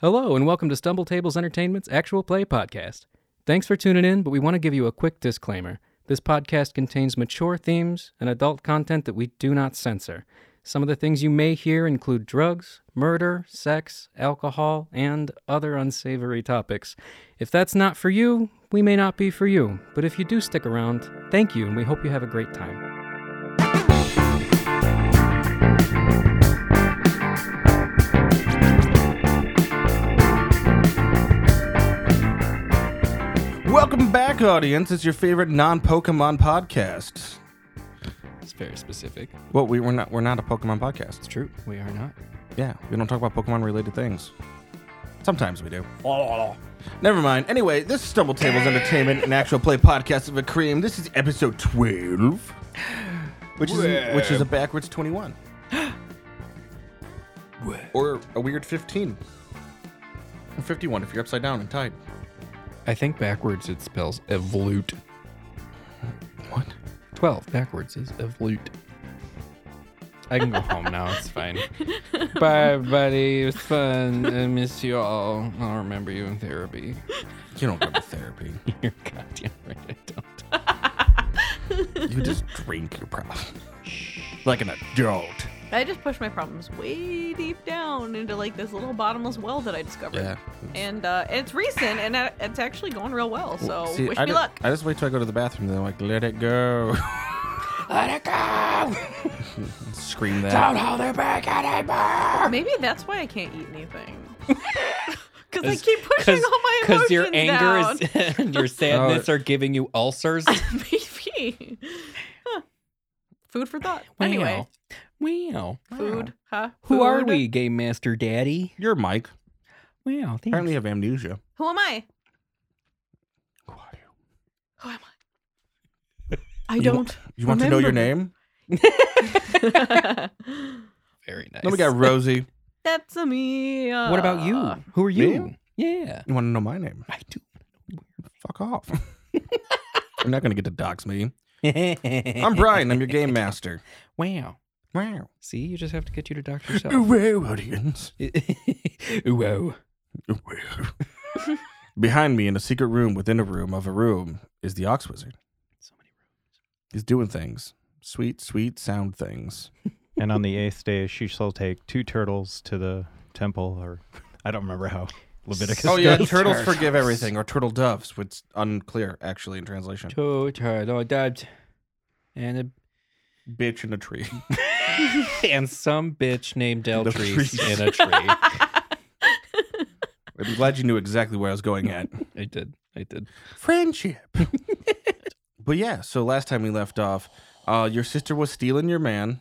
Hello, and welcome to Stumble Tables Entertainment's Actual Play Podcast. Thanks for tuning in, but we want to give you a quick disclaimer. This podcast contains mature themes and adult content that we do not censor. Some of the things you may hear include drugs, murder, sex, alcohol, and other unsavory topics. If that's not for you, we may not be for you, but if you do stick around, thank you, and we hope you have a great time. Welcome back, audience. It's your favorite non-Pokemon podcast. It's very specific. Well, we, we're not we're not a Pokemon podcast. It's true. We are not. Yeah, we don't talk about Pokemon related things. Sometimes we do. Never mind. Anyway, this is Stumble Tables Entertainment and Actual Play Podcast of a Cream. This is episode twelve, which is which is a backwards twenty-one, or a weird fifteen, or fifty-one if you're upside down and tied. I think backwards it spells evolute. What? 12 backwards is evolute. I can go home now. It's fine. Bye, buddy. It was fun. I miss you all. I'll remember you in therapy. You don't go to therapy. You're goddamn right. I don't. you just drink your problem like an adult. I just pushed my problems way deep down into like this little bottomless well that I discovered. Yeah. And uh, it's recent and uh, it's actually going real well. So See, wish I me ju- luck. I just wait till I go to the bathroom, then I'm like, let it go. let it go! Scream that. Don't hold it back anymore! Maybe that's why I can't eat anything. Because I keep pushing all my emotions because your anger down. Oh. is and your sadness are giving you ulcers. Maybe. Huh. Food for thought. Wow. Anyway, wow. food, huh? Who are Food. we, Game Master Daddy? You're Mike. Wow. thanks. Apparently, you have amnesia. Who am I? Who are you? Who am I? I You want- don't. You want to know your Remember name? Very nice. Then we got Rosie. That's a me. uh, what about you? Who are me? you? Yeah. You want to know my name? I do. Fuck off. I'm not going to get to dox me. I'm I'm Brian. I'm your game master. Wow. Wow. See, you just have to get you to doctor yourself. Wow, audience. Whoa. Wow. Behind me in a secret room within a room of a room is the Ox Wizard. So many He's doing things. Sweet, sweet sound things. and on the eighth day she shall take two turtles to the temple or i don't remember how leviticus Oh yeah, goes. turtles, forgive everything, or turtle doves, which is unclear actually in translation. Two turtle doves and a Bitch in a tree. and some bitch named Deltrice Deltrice. in a tree. I'm glad you knew exactly where I was going at. I did. I did. Friendship. but yeah, so last time we left off, uh, your sister was stealing your man.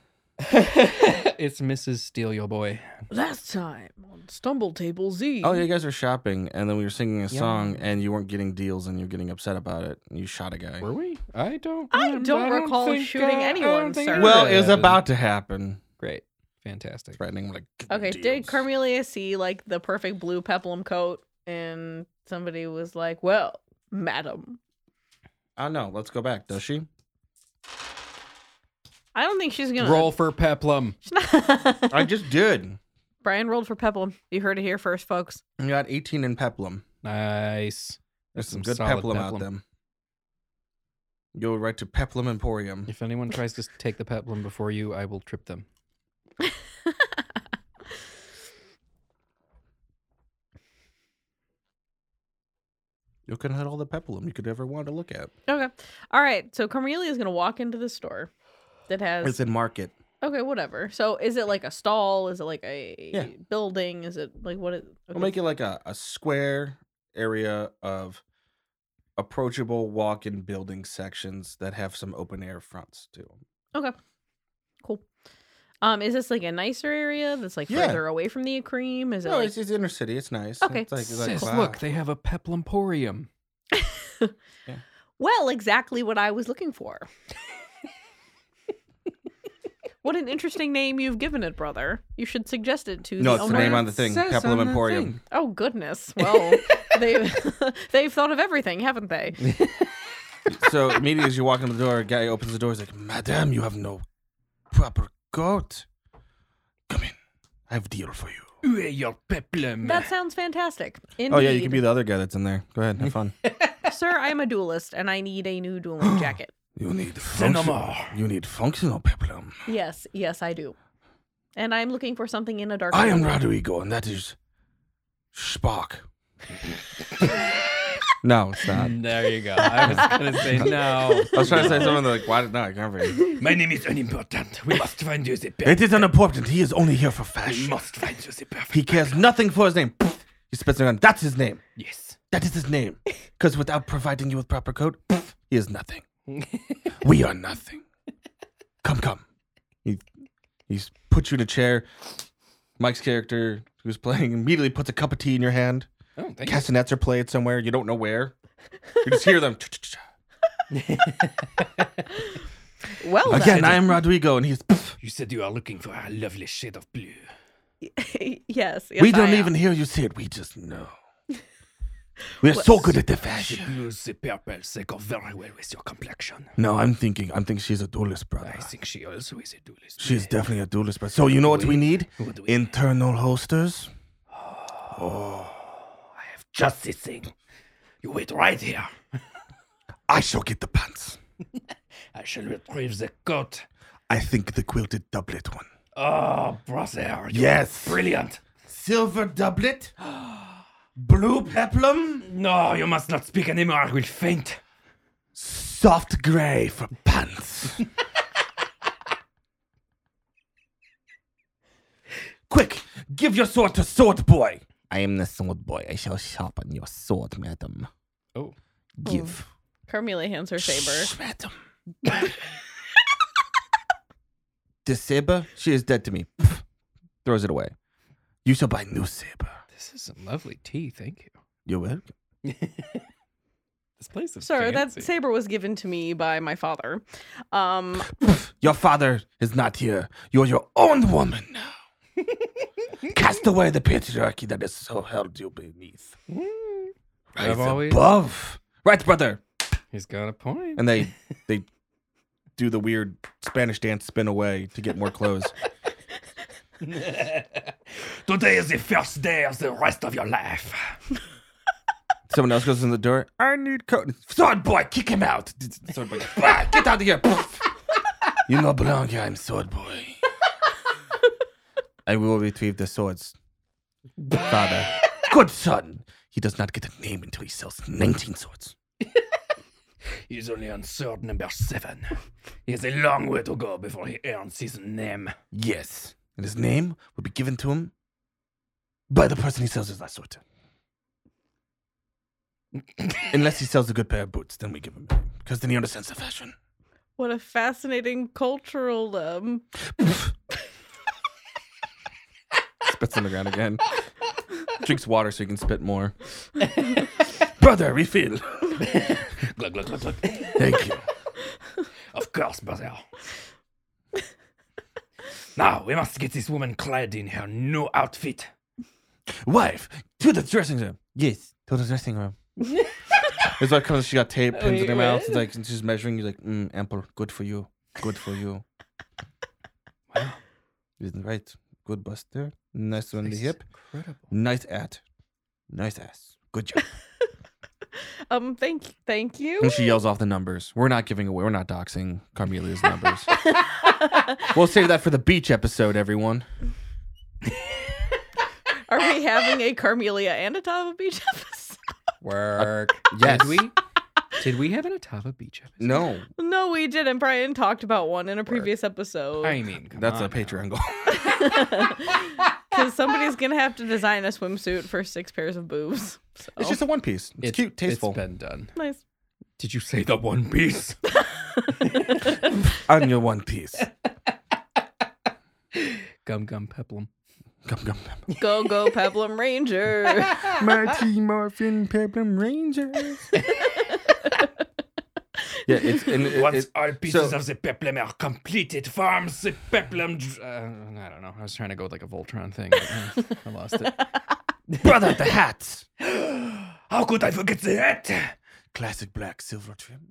It's Mrs. Steal Your Boy. Last time on Stumble Table Z. Oh, you guys were shopping, and then we were singing a song, and you weren't getting deals, and you were getting upset about it, and you shot a guy. Were we? I don't. I don't recall think, uh, shooting I don't anyone, think sir. it Well, really it was happened. about to happen. Great, fantastic. Threatening. Like, "Give me Okay, deals." did Carmelia see like the perfect blue peplum coat and somebody was like, Well, madam. Oh no, let's go back. Does she? I don't think she's gonna Roll for peplum. She's not- I just did. Brian rolled for peplum. You heard it here first, folks. You got 18 in peplum. Nice. There's some, some good solid peplum, out peplum. them. Go right to Peplum Emporium. If anyone tries to take the peplum before you, I will trip them. You can have all the peplum you could ever want to look at. Okay. All right. So Carmelia is gonna walk into the store that has It's in market. Okay, whatever. So is it like a stall? Is it like a Yeah. building? Is it like what is okay. We'll make it like a, a square area of approachable walk-in building sections that have some open air fronts too. cool. Um, is this like a nicer area that's like Yeah. further away from the cream? Is it No, like it's, it's inner city. It's nice. Okay. It's like, it's like, Sis, wow. look, they have a peplumporium. Well, exactly what I was looking for. what an interesting name you've given it, brother. You should suggest it to no, the it's the owner. name on the thing. says Peplum on the Emporium. Oh goodness. Well, they've they've thought of everything, haven't they? so immediately as you walk in the door, a guy opens the door. He's like, "Madam, you have no proper coat. Come in. I have a deal for you." Ue your peplum. That sounds fantastic. Indeed. Oh yeah, you can be the other guy that's in there. Go ahead, have fun. Sir, I am a duelist and I need a new dueling jacket. you need Cinema. You need functional peplum. Yes, yes, I do. And I'm looking for something in a dark I am color. Rodrigo, and that is Spock. no, it's not. There you go. I was gonna say no. I was trying to say something like, why did not? I can't remember. My name is unimportant. We must find you the It is unimportant. He is only here for fashion. must find you the perfect. He cares nothing for his name. He spits it on. That's his name. Yes. That is his name. Because without providing you with proper code, he is nothing. we are nothing. Come, come. He he's put you in a chair. Mike's character, who's playing, immediately puts a cup of tea in your hand. Oh, thank you. Castanets are played somewhere. You don't know where. You just hear them. Well, Again, I am Rodrigo, and he's. You said you are looking for a lovely shade of blue. then. yes, yes. we don't I am. even hear you say it. We just know. We're so good at the The fashion. blues, the purples, they go very well with your complexion. No, I'm thinking. I'm thinking she's a duelist, brother. I think she also is a duelist. She is definitely a duelist, but so you know what we need? What do we- Internal holsters. Just this thing. You wait right here. I shall get the pants. I shall retrieve the coat. I think the quilted doublet one. Oh, brother. you Yes. are Brilliant. Silver doublet. Blue peplum. No, Oh, you must not speak anymore. I will faint. Soft gray for pants. Quick, give your sword to Sword Boy. I am the Sword Boy. I shall sharpen your sword, madam. Oh. Give. Carmela hands her saber. Shh, madam. the saber? She is dead to me. Pff, Throws it away. You shall buy new saber. This is some lovely tea. Thank you. You're welcome. This place is Sir, fancy. that saber was given to me by my father. Um, Pff, Your father is not here. You're your own woman now. Cast away the patriarchy that has so held you beneath. Rise I've always- above. Right, brother. He's got a point. And they they do the weird Spanish dance spin away to get more clothes. Today is the first day of the rest of your life. Someone else goes in the door. I need coat. Sword boy, kick him out. Sword boy, "Ah, get out of here. you no belong here. I'm sword boy. I will retrieve the swords, father. Good son. He does not get a name until he sells 19 swords. He's only on sword number seven. He has a long way to go before he earns his name. Yes. And his name will be given to him by the person he sells his last sword to. Unless he sells a good pair of boots, then we give him. Because then he understands the fashion. what a fascinating cultural um spits on the ground again. Drinks water so he can spit more. Brother, refill. Glug, glug, glug, glug. Thank you. of course, brother. now, we must get this woman clad in her new outfit. Wife, to the dressing room. Yes, to the dressing room. His wife comes, she got tape, pins in her mouth. It's like and she's measuring you like, mm, ample, good for you. Good for you. Wow. Isn't Right. Good bust there. Nice on the This is hip. Incredible. Nice at. Nice ass. Good job. um thank thank you. And she yells off the numbers. We're not giving away. We're not doxing Carmelia's numbers. we'll save that for the beach episode, everyone. Are we having a Carmelia and a Tava Beach episode? Work. Uh, yes. Did we? Did we have an Otava Beach episode? No, No, we didn't. Brian talked about one in a previous episode. I mean, come that's on a Patreon goal. Oh. Because somebody's gonna have to design a swimsuit for six pairs of boobs. So It's just a one piece. It's, cute, tasteful. It's been done. nice. Did you say the One Piece? On your one piece. gum gum peplum. Come, come, come. Go go Peplum Ranger. Marty Morphin Peplum Rangers. yeah, it's and it, Once it- all pieces so- of the peplum are completed, forms the peplum. Dr- uh, I don't know. I was trying to go with like a Voltron thing. But, uh, I lost it. brother the hats. How could I forget that? I Classic black silver trim.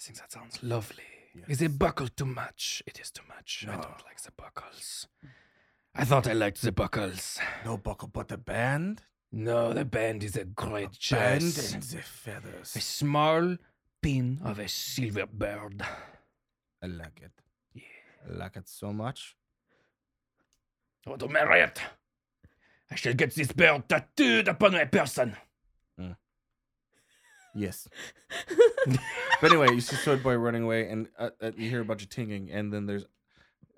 think that sounds lovely. Is the buckle too much? It is too much. I don't like the buckles. I thought I liked the buckles. No buckle but the band. No, the band is a great Band choice. and the A feathers. small pin of a silver bird. I like it. Yeah. I like it so much. I want to Oh, marry it. I shall get this bird tattooed upon my person. Yes. but anyway, you see Sword Boy running away, and uh, uh, you hear a bunch of tinging, and then there's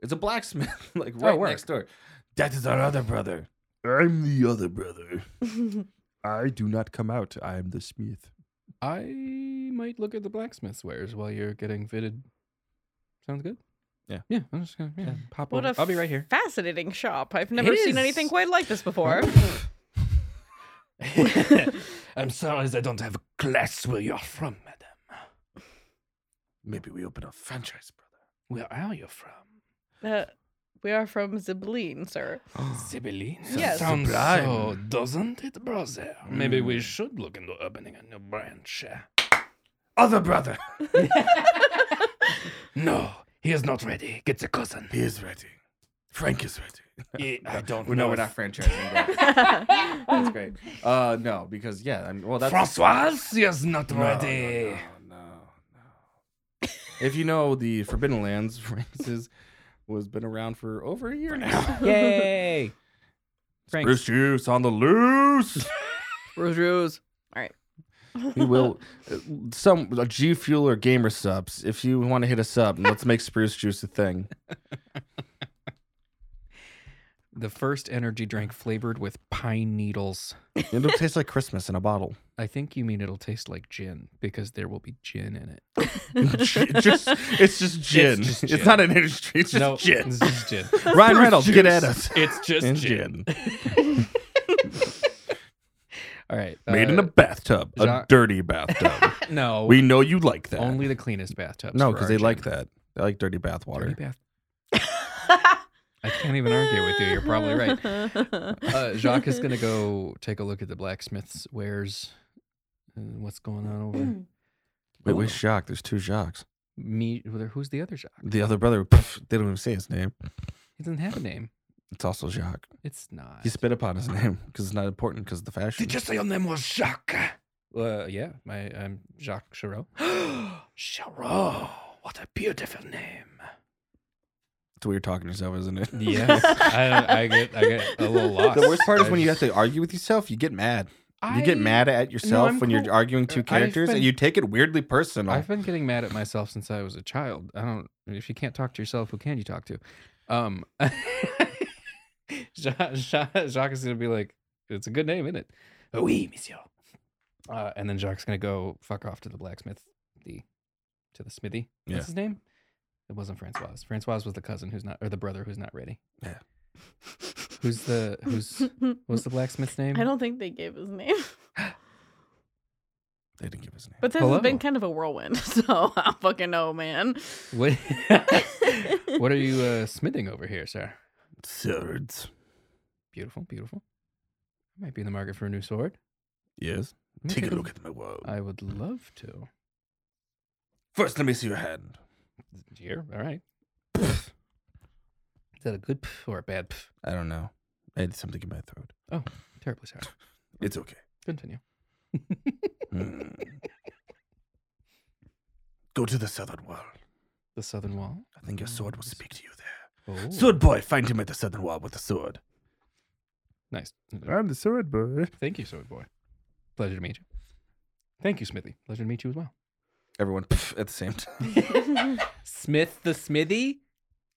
it's a blacksmith like right work. next door. That is our other brother. I'm the other brother. I do not come out. I am the smith. I might look at the blacksmith's wares while you're getting fitted. Sounds good. Yeah. yeah. I'm just gonna yeah, pop What over. a I'll be right here. fascinating shop. I've never It seen is. anything quite like this before. I'm sorry I don't have class where you're from, madam. Maybe we open a franchise, Where are you from? Uh, we are from Ziblin, sir. Sibyline? Yes. Sounds Sublime. so, doesn't it, brother? Hmm. Maybe we should look into opening a new branch. eh? Other brother. No, he is not ready. Get the cousin. He is ready. Frank is ready. Eh, I don't We know. know we're not if- franchising. but That's great. Uh, no, because yeah, I mean, well, that's Francoise, he is not No, no, ready. No, no, no. if you know the Forbidden Lands, Frank's is, was been around for over a year now. Yay! Frank, Bruce Juice on the loose. Rose Rose. All right. we will uh, some a G Fuel or Gamer subs. If you want to hit us up, and let's make Spruce Juice a thing. The first energy drink flavored with pine needles. It'll taste like Christmas in a bottle. I think you mean it'll taste like gin because there will be gin in it. just it's just gin. It's, just gin. not an industry. It's just no, gin. This is gin. Ryan Reynolds, get at us. It's just And gin. All right. Made in uh, a bathtub, a Jean- dirty bathtub. no. we know you like that. only the cleanest bathtubs. no, for because our they gin. like that. They like dirty bath water. Dirty bath. I can't even argue with you. You're probably right. Uh, Jacques is gonna go take a look at the blacksmith's wares. Uh, what's going on over? Wait, which Jacques? There's two Jacques. Me, who's the other Jacques? The other brother, pff, they don't even say his name. He doesn't have a name. It's also Jacques. It's not. He spit upon his name because it's not important because of the fashion. Did you say your name was Jacques? Uh, yeah, my I'm Jacques Charot. Charot, what a beautiful name. It's weird talking to yourself, isn't it? Yes, I, I get I get a little lost. The worst part is I when you have just- to argue with yourself, you get mad. I, You get mad at yourself I'm when cool. you're arguing two I've characters been- and you take it weirdly personal. I've been getting mad at myself since I was a child. I don't. If you can't talk to yourself, who can you talk to? Um, Jacques, Jacques is gonna be like, "It's a good name, isn't it?" "Oh, Oui, monsieur. Uh, and then Jacques is gonna go fuck off to the blacksmith, the to the smithy. Yeah. What's his name? It wasn't Francoise. Francoise was the cousin who's not, or the brother who's not ready. Yeah. Who's the who's what's the blacksmith's name? I don't think they gave his name, They didn't give his name. but this has Hello. been kind of a whirlwind, so I fucking know, man. What What are you uh, smithing over here, sir? Swords. Beautiful, beautiful. I might be in the market for a new sword. Yes. Let me at my world. I would love to. First, let me see your hand. Here, all right. Is that a good pff or a bad pff? I don't know. I had something in my throat. Terribly sorry. It's okay. Continue. Hmm. Go to the southern wall. The southern wall. I think your sword will speak to you there. Oh, Sword boy, find him at the southern wall with the sword. nice. Mm-hmm. I'm the sword boy. Thank you, sword boy. Pleasure to meet you. Thank you, Smithy. Pleasure to meet you as well. Everyone pff, at the same time. Smith the Smithy.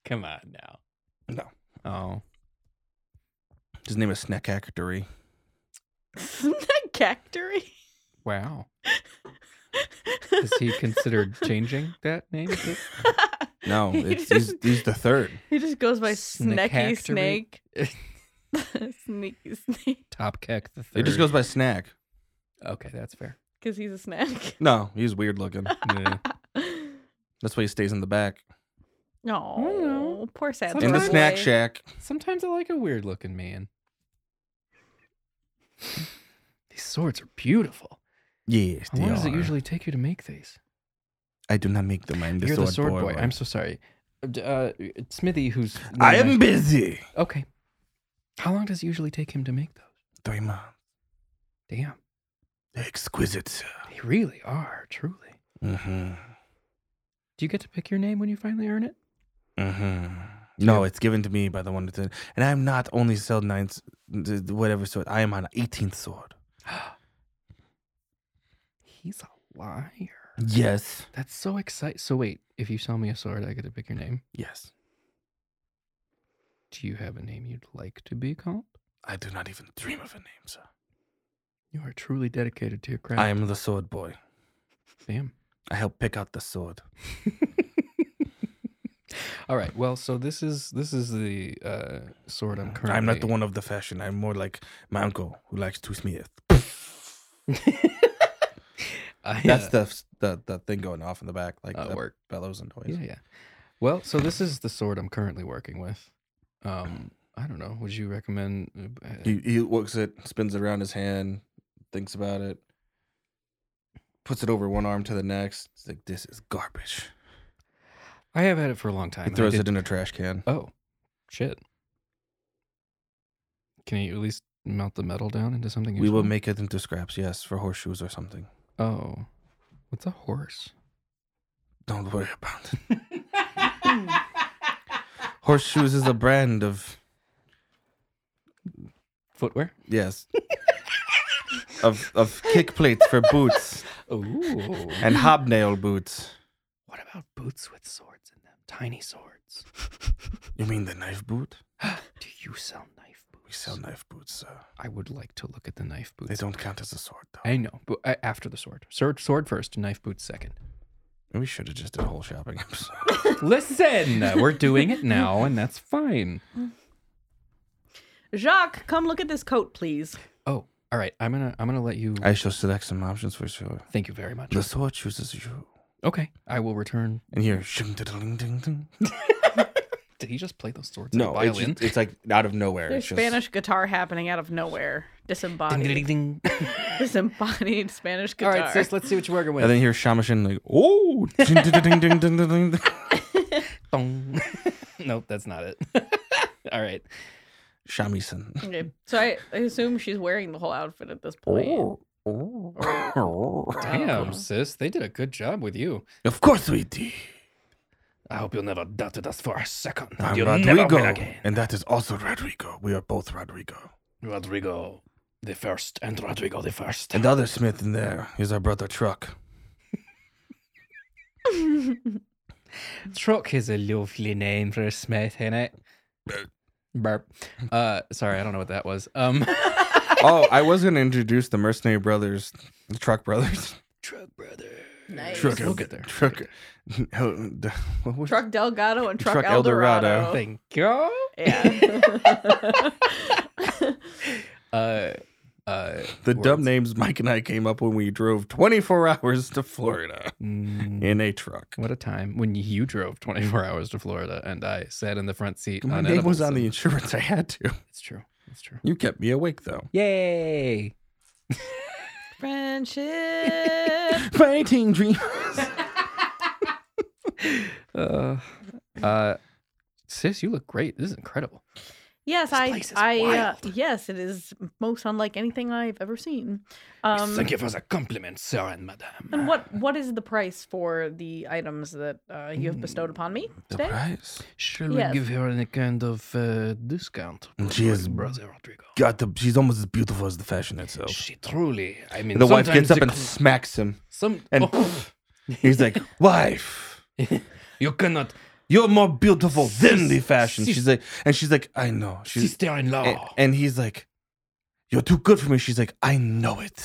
Come on now. No. Oh, His name is Snack Hackery. Isn't that cactory? wow. Is he considered changing that name? Is it- No, He it's, he's, just- he's the third. He just goes by Snecky Snackactory? Snake. Sneaky Snake. Top Keck the third. It just goes by Snack. Okay, that's fair. Because he's a snack. No, he's weird looking. Yeah. That's why he stays in the back. No, poor sad. In the Alright. little snack boy. shack. Sometimes I like a weird looking man. These swords are beautiful. Yes, How long does it usually take you to make these? I do not make them. I'm the You're sword the sword boy. boy. I'm so sorry. Uh, d- Uh, Smithy, who's I am busy. okay. How long does it usually take him to make those? Three months. Damn, Exquisite, sir. they really are, truly. Mm-hmm. Do you get to pick your name when you finally earn it? Mm-hmm. No, it's given to me by the one that's in. And I'm not only sold ninth, th- whatever sword. I am on 18th sword. He's a liar. Yes. That's so exciting. So wait, if you sell me a sword, I get to pick your name. Yes. Do you have a name you'd like to be called? I do not even dream of a name, sir. You are truly dedicated to your craft. I am the sword boy. Damn. I help pick out the sword. All right. Well, so this is this is the uh, sword I'm currently. I'm not the one of the fashion. I'm more like my uncle who likes to smith. I, That's uh, the, the the thing going off in the back, like Uh, the work. bellows and noise. Yeah, yeah. Well, so this is the sword I'm currently working with. Um, I don't know. Would you recommend? uh, He he looks it, spins it around his hand, thinks about it, puts it over one arm to the next. It's like this is garbage. I have had it for a long time. He and I throws did- it in a trash can. Oh, shit. Can you at least melt the metal down into something? We will useful? make it into scraps, yes, for horseshoes or something. Oh, what's a horse? Don't worry about it. horseshoes is a brand of Footwear. yes. Of of kick plates for boots Ooh. and hobnail boots. what about boots with swords in them? Tiny swords. You mean the knife boot? Do you sell knife boots? We sell knife boots, sir. I would like to look at the knife boots. They don't count as a sword, though. I know, but uh, after the sword. Sword, sword first, knife boots second. We should have just did a whole shopping episode. Listen, we're doing it now, and that's fine. Jacques, come look at this coat, please. Oh, all right. I'm gonna, I'm gonna let you. I shall select some options for sure. Thank you very much. The sword chooses you. Okay, I will return. And here, shing da ding ding ding. Did he just play those swords? No, like a it's, violin. just- it's like out of nowhere. There's It's just- Spanish guitar happening out of nowhere. Ding, Disembodied. ding, ding, ding. disembodied Spanish All guitar. right, sis. Let's see what you're working And with. then here, Shamashin, like, oh, shing da ding ding ding ding ding. ding. Dong. nope, that's not it. all right. Shamisen. Okay. So I, I assume she's wearing the whole outfit at this point. Damn, sis. They did a good job with you. Of course we did. I hope you'll never doubted us for a second. I'm you'll never Rodrigo. win again. And that is also Rodrigo. We are both Rodrigo. Rodrigo the first and Rodrigo the first. And the other Smith in there is our brother Truck. Truck is a lovely name for a smith, ain't it? Burp. Uh, sorry, I don't know what that was. Um, oh, I was going to introduce the Mercenary Brothers, the Truck Brothers. truck brother. Nice. Truck, We'll get there. Truck. Hell, the- what was- Truck Delgado and Truck, Truck El Eldorado. Dorado. Thank you. Yeah. Uh, uh, The dumb words. names Mike and I came up when we drove 24 hours to Florida Mm, in a truck. What a time when you drove 24 hours to Florida and I sat in the front seat. My on name edibles was on the and- insurance. I had to. It's true. It's true. You kept me awake though. Yay! Friendship. Fighting dreams. Uh, uh, sis, you look great. This is incredible. Yes, I. place is I. Uh, wild. yes, it is most unlike anything I've ever seen. We Um, Thank you for the compliment, sir and madame. and what what is the price for the items that uh, you have bestowed upon me today? Surprise. Shall Yes. we give her any kind of uh, discount? She is- brother Rodrigo. God, the, she's almost as beautiful as the fashion Oh. itself. She truly. I mean, And the wife sometimes gets up the and cl- smacks him. some and- Oh, He's like, "Wife, you cannot you're more beautiful than the fashion." Sis- She's like, and she's like, "I know." She's sister-in-law. and, and he's like, "You're too good for me." She's like, "I know it."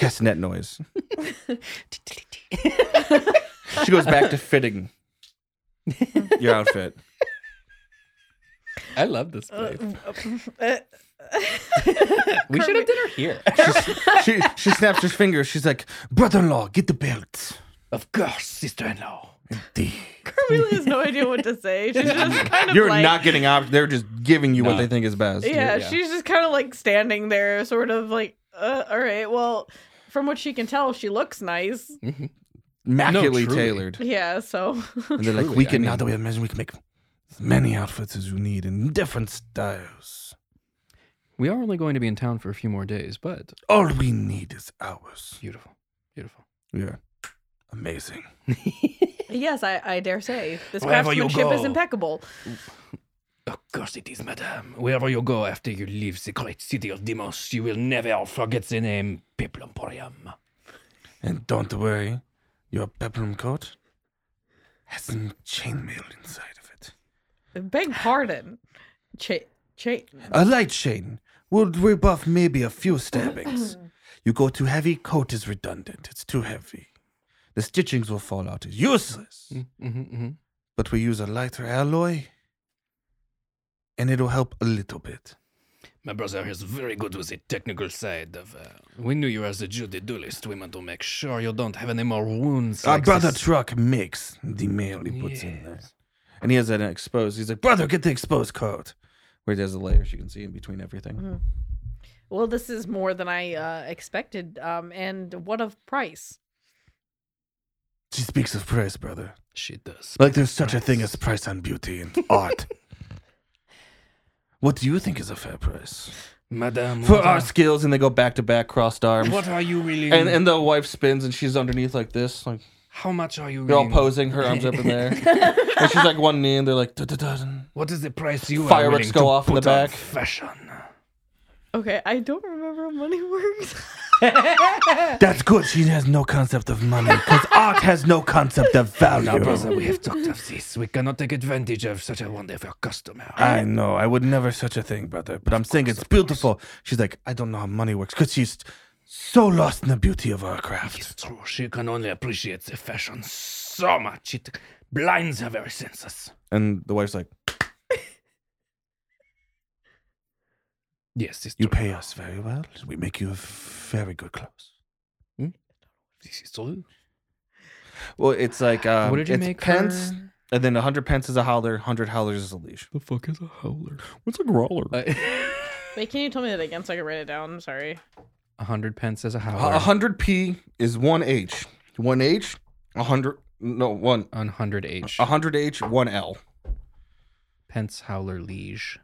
Castanet noise. She goes back to fitting your outfit. I love this Uh, place. uh, we should have dinner here. She she snaps her fingers. She's like, "Brother-in-law, get the belt." Of course, sister-in-law. Indeed. Carmela has no idea what to say. She's just kind of You're like, not getting options. They're just giving you what No. they think is best. Yeah, yeah. she's just kind of like standing there, sort of like, uh, all right, well, from what she can tell, she looks nice. Immaculately No, truly. tailored. Yeah, so And they're like, Truly, we I can mean- now that we have measure, we can make as many outfits as you need in different styles. We are only going to be in town for a few more days, but All we need is ours. beautiful, beautiful. Yeah. Amazing. Yes, I, I dare say this Wherever you craftsmanship is go. impeccable. Of course it is, madame. Wherever you go after you leave the great city of Demos, you will never forget the name Peplum Porium. And don't worry, your peplum coat has some chainmail inside of it. Beg pardon. Cha- cha- A light chain will rebuff maybe a few stabbings. you go too heavy, coat is redundant. It's too heavy. The stitchings will fall out. It's useless. Mm-hmm, mm-hmm. But we use a lighter alloy, and it'll help a little bit. My brother is very good with the technical side of. Uh, we knew you as a Judy duelist. We want to make sure you don't have any more wounds. Our like Ah, brother this. truck makes the mail he puts in there. And he has that exposed. He's like, brother, get the exposed coat. Where there's a layer she can see in between everything. Well, this is more than I uh, expected. Um, and what of price? She speaks of price, brother. She does. Like there's such a thing as price on beauty and art. what do you think is a fair price? Madame. For what our are, skills, and they go back to back, crossed arms. what are you really. And and the wife spins, and she's underneath like this, like how much are you they're all really. posing, her arms up in there, and she's like one knee, and they're like, "Da-da-da-dun." What is the price you are Fireworks willing go to off in put the on back. Fashion. Okay, I don't remember how money works. that's good. She has no concept of money because art has no concept of Now, brother, value. we have talked of this. We cannot take advantage of such a wonderful customer. I know. I would never such a thing, brother. But I'm saying it's beautiful. She's like, I don't know how money works because she's so lost in the beauty of our craft. It's true. She can only appreciate the fashion so much. It blinds her very senses. And the wife's like, Yes, it's You true. pay us very well. We make you very good clothes. This is true. Well, it's like um, what did you it's make? pence, for- and then hundred pence is a howler. Hundred howlers is a leash. The fuck is a howler? What's a growler? A Wait, can you tell me that again so I can write it down? I'm sorry. A hundred pence as a howler. a hundred p is one h. One h. A hundred. No one. On hundred h A hundred h. One l. pence howler liege.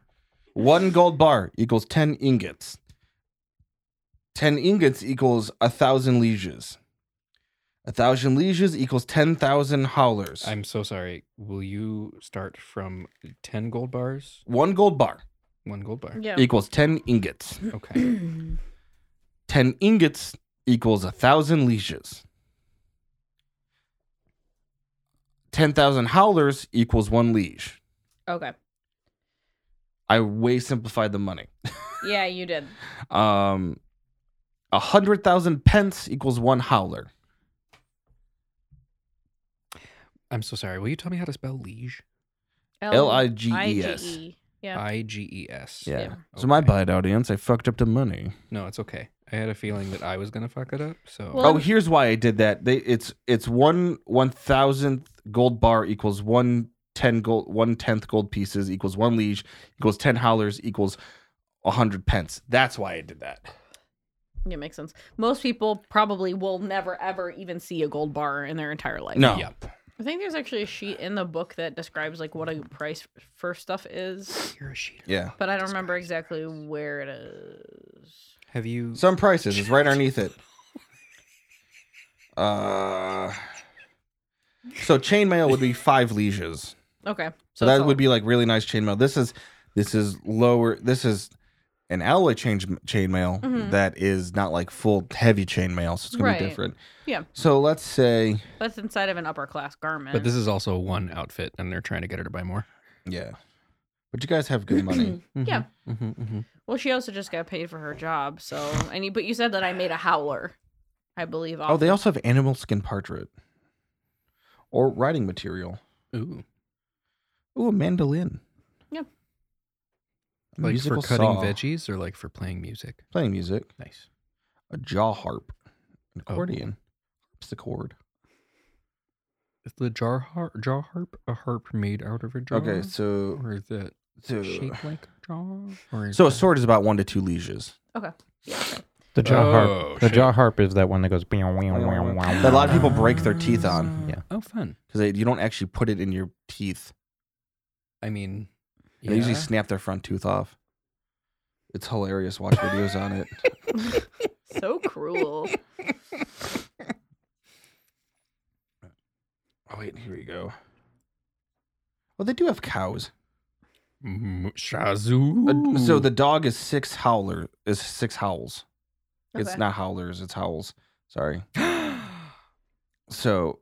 One gold bar equals ten ingots. Ten ingots equals a thousand lieges. A thousand lieges equals ten thousand howlers. I'm so sorry. Will you start from ten gold bars? one gold bar One gold bar. Yeah. equals ten ingots. Okay. 10 ingots equals a 1,000 leashes. 10,000 howlers equals one leash. okay. I way simplified the money. Yeah, you did. Um, 100,000 pence equals one howler. I'm so sorry. Will you tell me how to spell liege? E L-I-G-E-S. I-G-E. Yeah. I G E S. Yeah. Yeah. So, my Okay. bad audience, I fucked up the money. No, it's okay. I had a feeling that I was gonna fuck it up. So Well- Oh, here's why I did that. They, it's it's one one thousandth gold bar equals one ten gold one tenth gold pieces equals one liege equals ten howlers equals a hundred pence. That's why I did that. Uh, Yeah, makes sense. Most people probably will never ever even see a gold bar in their entire life. No, Yep. I think there's actually a sheet in the book that describes like what a price for stuff is, you're a cheater. yeah, but I don't remember exactly where it is. Have you some prices is right underneath it. Uh, so chainmail would be five lieges. Okay. So that would be like really nice chainmail. This is this is lower. This is an alloy chain chainmail Mhm. that is not like full heavy chainmail, so it's gonna be Right. different. Yeah. So let's say That's inside of an upper class garment. But this is also one outfit and they're trying to get her to buy more. yeah, but you guys have good money. Yeah. Mhm, mhm. Well, she also just got paid for her job, so and you, but you said that I made a howler, I believe. oh, they off- also have animal skin partridge or writing material. Ooh. Ooh, a mandolin. Yeah. A Like musical for cutting saw. veggies or like for playing music? playing music, Nice. a jaw harp, an Oh. accordion, harpsichord. Is the jar harp jar harp a harp made out of a jar? Okay, so or is that uh, so shaped like a jar? Or is so a that- sword is about one to two lieges. The jaw Oh, harp. The shit. jaw harp is that one that goes. That That a lot of people break their teeth on. Yeah. Oh, fun. because you don't actually put it in your teeth. I mean, They usually yeah. snap their front tooth off. It's hilarious. Watch videos on it. so cruel. Oh wait, here we go. Well, they do have cows. Mm, Shazoo. Uh, so the dog is six howler is six howls. It's Okay. not howlers. It's howls. Sorry. So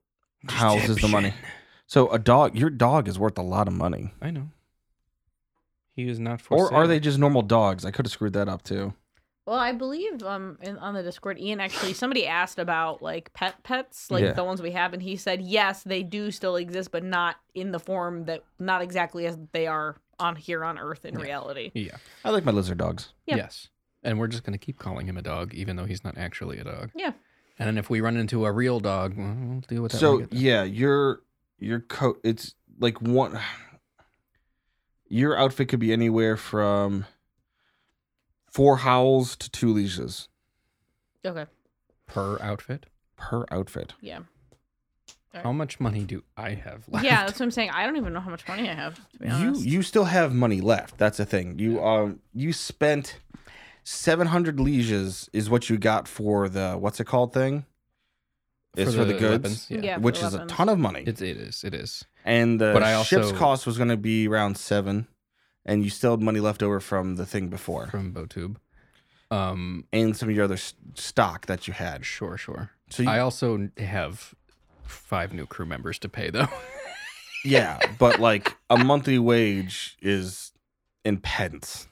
howls is the Deception. money. So a dog, your dog is worth a lot of money. I know. He is not for Or are sale. they just normal dogs? I could have screwed that up too. Well, I believe um in, on the Discord, Ian actually somebody asked about like pet pets, like Yeah. the ones we have, and he said yes, they do still exist, but not in the form that not exactly as they are on here on Earth in reality. Yeah. I like my lizard dogs. Yeah. Yes. And we're just going to keep calling him a dog, even though he's not actually a dog. Yeah. And then if we run into a real dog, well, we'll deal with that. when we so get there. yeah, your your coat. It's like one. Your outfit could be anywhere from four howls to two leashes Okay. per outfit, per outfit. Yeah. how much money do I have left? Yeah, that's what I'm saying. I don't even know how much money I have. To be You honest. you still have money left. That's the thing. You um you spent seven hundred leashes is what you got for the what's it called thing. It's for the, goods, weapons, Yeah. Yeah, for the which is a weapons. ton of money. It's, it is. It is. and the But I ship's also- cost was going to be around seven, and you still had money left over from the thing before. From BoTube. Um, and some of your other s- stock that you had. sure, sure. So you, I also have five new crew members to pay, though. yeah, but like a monthly wage is in pence.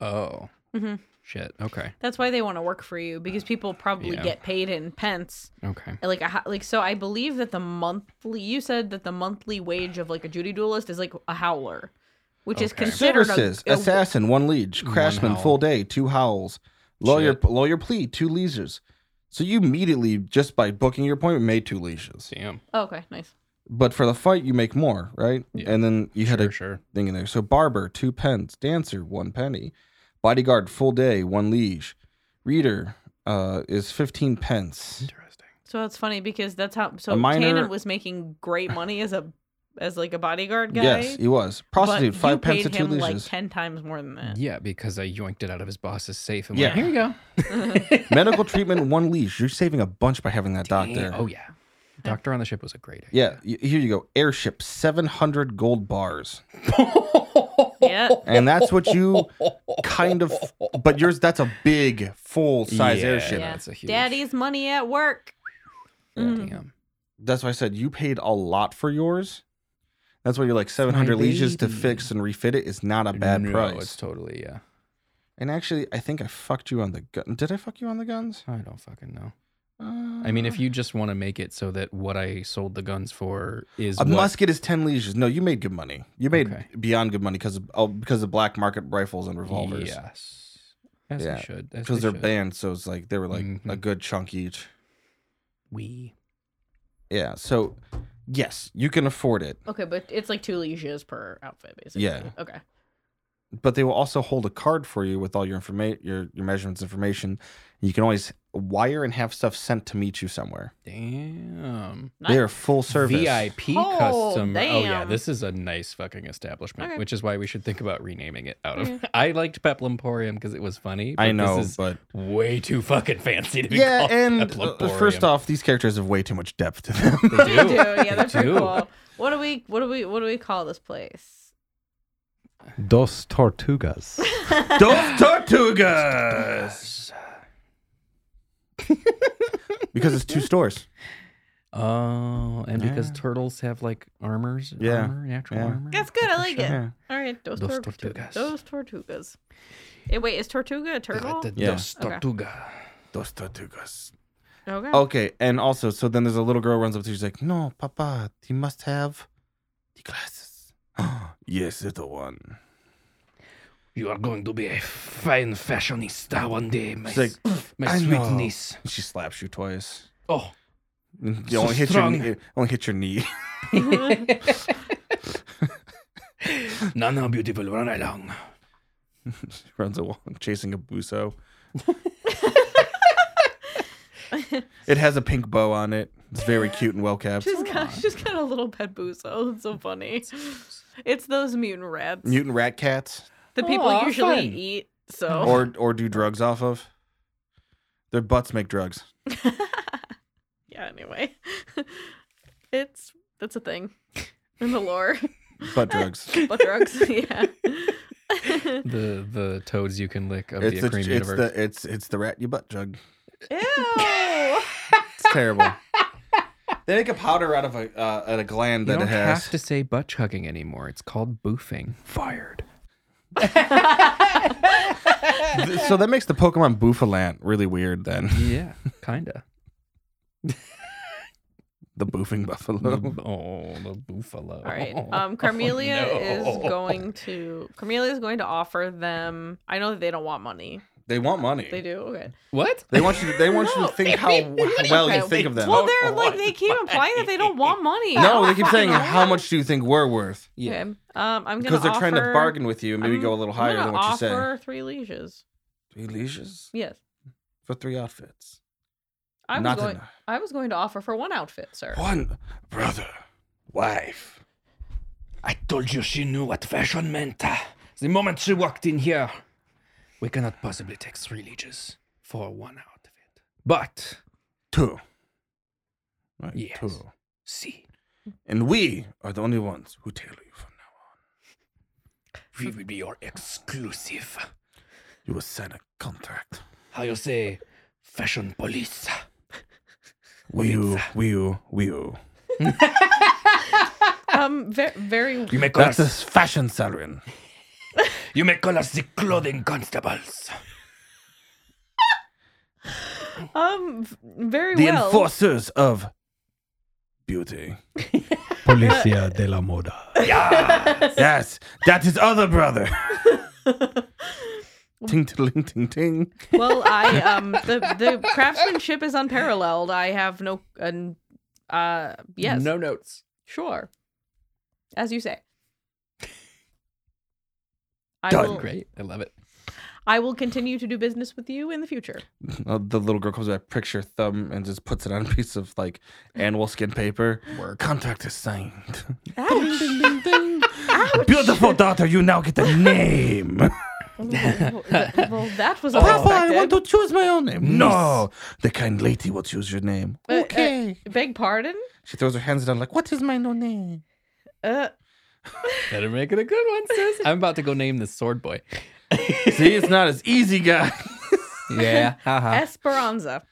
oh. Mhm. Shit. Okay. That's why they want to work for you because people probably Yeah. get paid in pence. Okay. And, Like a ho- like so I believe that the monthly you said that the monthly wage of like a Judy duelist is like a howler, which is Okay. considered Services: a, a- assassin, one liege; One craftsman, howl. full day, two howls; lawyer, lawyer plea, two leasers. So you immediately, just by booking your appointment, made two leashes. Damn. Oh, okay, nice. But for the fight, you make more, right? Yeah. And then you had Sure, a sure. thing in there. So barber, two pence; dancer, one penny; bodyguard, full day, one liege; reader uh, is fifteen pence. Interesting. So that's funny because that's how so A minor- Tannen was making great money as a as like a bodyguard guy. Yes, he was prostitute. but you five paid pence to two him like leashes. ten times more than that. Yeah, because I yoinked it out of his boss's safe. And Yeah. yeah. Here you go. Medical treatment, one leash. You're saving a bunch by having that doctor. Oh yeah. Doctor on the ship was a great idea. Yeah, y- here you go. Airship, seven hundred gold bars, Yeah. and that's what you kind of. But yours, that's a big, full size airship. Yeah. That's a huge. Daddy's money at work. Mm. Damn. That's why I said you paid a lot for yours. That's why you're like seven hundred leashes to baby. fix and refit it is not a bad no, It's price. totally yeah. and actually, I think I fucked you on the gun. Did I fuck you on the guns? I don't fucking know. Uh, I mean, if you just want to make it so that what I sold the guns for is A what, musket is ten leashes. No, you made good money. You made Okay. beyond good money because of, oh, because of black market rifles and revolvers. Yes. As Yeah, they should. As because they they're should. banned, so it's like they were like a Mhm. good chunk each. We. Yeah. So, yes, you can afford it, Okay, but it's like two leashes per outfit, basically. Yeah. Okay. but they will also hold a card for you with all your information, your your measurements information. You can always wire and have stuff sent to meet you somewhere. Damn. They are full service. VIP Oh, custom. Oh yeah, damn. this is a nice fucking establishment, Okay. which is why we should think about renaming it out of. I liked Peplemporium because it was funny. I but know, This is but way too fucking fancy to be yeah, called and uh, Peplemporium. first off, these characters have way too much depth to them. they They do. do. Yeah, they're They pretty do. cool. What do we what do we what do we call this place? Dos Tortugas. Dos Tortugas. because it's two stores. Oh, and because Yeah. turtles have like armors, Yeah. armor, natural Yeah. armor. That's good. I like it. Yeah. All right, those, Dos tortugas. tortugas. Those tortugas. Eh, wait, is tortuga a turtle? The Yeah. Dos Okay. Tortuga. Dos Tortugas. Okay. Okay, and also, so then there's a little girl runs up to you. She's like, "No, Papa, you must have the glasses." yes, little one. You are going to be a fine fashionista one day, my, She's like, my I sweet know. niece. She slaps you twice. Oh, You So only hit strong. your knee- only hit your knee. no, no, beautiful, run along. she runs along, chasing a buso. it has a pink bow on it. It's very cute and well kept. She's got she's got a little pet boozo. That's so funny. It's those mutant rats. Mutant rat cats, that people Aw, usually fun. eat. So or or do drugs off of. Their butts make drugs. yeah, anyway. it's that's a thing. In the lore. Butt drugs. But drugs, yeah. The the toads you can lick of it's the the Acream it's universe. the it's it's the rat you butt jug. Ew. It's terrible. they make a powder out of a uh, out of gland you that don't it has. have to say butt chugging anymore. It's called boofing. Fired. so that makes the Pokemon Boofalant really weird. Then Yeah, kinda. the boofing The- buffalo. oh, the buffalo. All right. Um, Carmelia is going to Carmelia is going to offer them. I know that they don't want money. They want money. They do. Okay. What? They want you. To, they want you to think how, how well you think of them. Well, they're like they keep implying that they don't want money. no, they keep saying how much do you think we're worth Okay. Um, I'm gonna because they're trying to offer- bargain with you and maybe I'm- go a little higher I'm gonna than what you say. offer three leashes. Three leashes Yes. for three outfits. I was Not going. enough. I was going to offer for one outfit, sir. One brother, wife. I told you she knew what fashion meant. ah. The moment she walked in here, we cannot possibly take three leeches for one out of it. But Two. Right, Yes. Two. see, And we are the only ones who tell you from now. we will be your exclusive. on. You will sign a contract. How you say, fashion police. Will you? Will you? Will you? Um, very, very You may call That's us. a fashion salary. You may call us the clothing constables, um, v- very The well. enforcers of beauty. Policia de la Moda. yes, that is other brother. ting ting ting ting. well, I um, the the craftsmanship is unparalleled. I have no and uh, yes. No notes. Sure. As you say. I Done. will Great. I love it. I will continue to do business with you in the future. Uh, the little girl comes back, pricks your thumb, and just puts it on a piece of like animal skin paper. Contract is signed. Beautiful daughter, you now get a name. well, that was Papa, I unexpected. want to choose my own name. No, the kind lady will choose your name. Uh, uh, Beg pardon? She throws her hands down, like, what is my new name? Uh, Better make it a good one, sis. I'm about to go name this sword boy. See, it's not as easy, guy. Yeah. haha. Esperanza.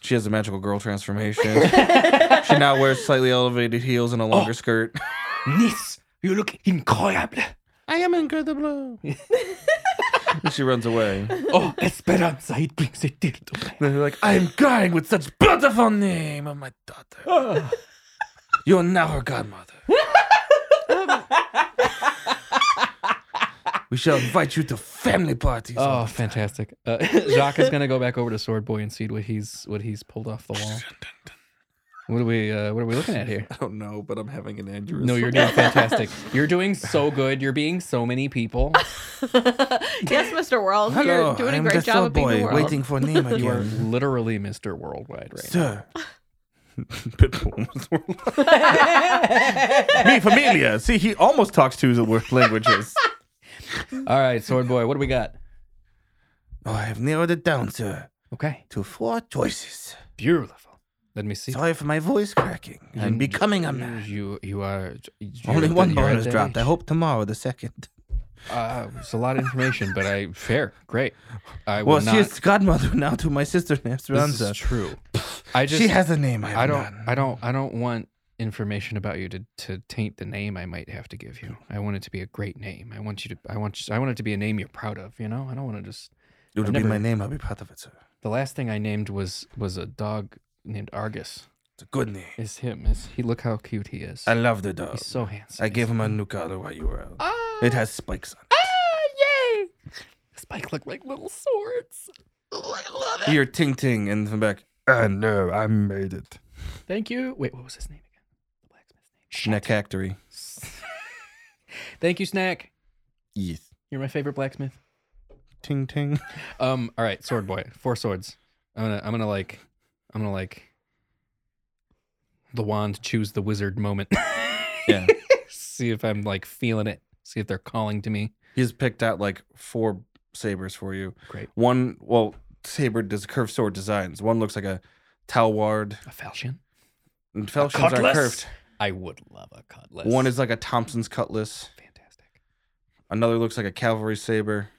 She has a magical girl transformation. she now wears slightly elevated heels and a Oh. longer skirt. Nice. You look incroyable. I am incredible. and she runs away. Oh, Esperanza, it brings a tear to my They're like, I am crying with such beautiful name of my daughter. you are now her godmother. we shall invite you to family parties. Oh, fantastic! Uh, Jacques is gonna go back over to Sword Boy and see what he's what he's pulled off the wall. What are we uh, What are we looking at here? I don't know, but I'm having an aneurysm. No, you're doing fantastic. You're doing so good. You're being so many people. yes, Mr. World. You're doing a great job of being the world. for name again. You are literally Mr. Worldwide right now. Sir. Pitbull was world. Me familia. See, he almost talks two the word languages. All right, Sword Boy, what do we got? Oh, I have narrowed it down, sir, Okay, to four choices. beautiful. Let me see. Sorry for my voice cracking. I'm becoming a man. You you are you're Only at the- one you're bone at is that dropped. I age. hope tomorrow the second. Uh, it's a lot of information, but I fair great. I will Well, not. she is godmother now to my sister this is Esperanza. true. I just She has a name. I, have I don't not. I don't I don't want information about you to, to taint the name I might have to give you. I want it to be a great name. I want you to I want you, I want it to be a name you're proud of, you know? I don't want to just It'll I've be never- my name. I'll be proud of it, sir. the last thing I named was was a dog named Argus. It's a good name. It's him. It's he look how cute he is. I love the dog. He's so handsome. I gave him a new collar while you were out. ah, It has spikes on ah, yay. Spike look like little swords. it. You're ting ting, and from back. I know. I made it. Thank you. Wait, what was his name again? The blacksmith's name. Snack factory. Thank you, Snack. Yes. You're my favorite blacksmith. Ting ting. Um. All right, sword boy. Four swords. I'm gonna. I'm gonna like. I'm gonna like. The wand choose the wizard moment. Yeah. See if I'm like feeling it. See if they're calling to me. He's picked out like four sabers for you. Great. One, well, saber does curved sword designs. One looks like a talward. A falchion. And falchions are cutlass? curved. I would love a cutlass. One is like a Thompson's cutlass. fantastic. Another looks like a cavalry saber.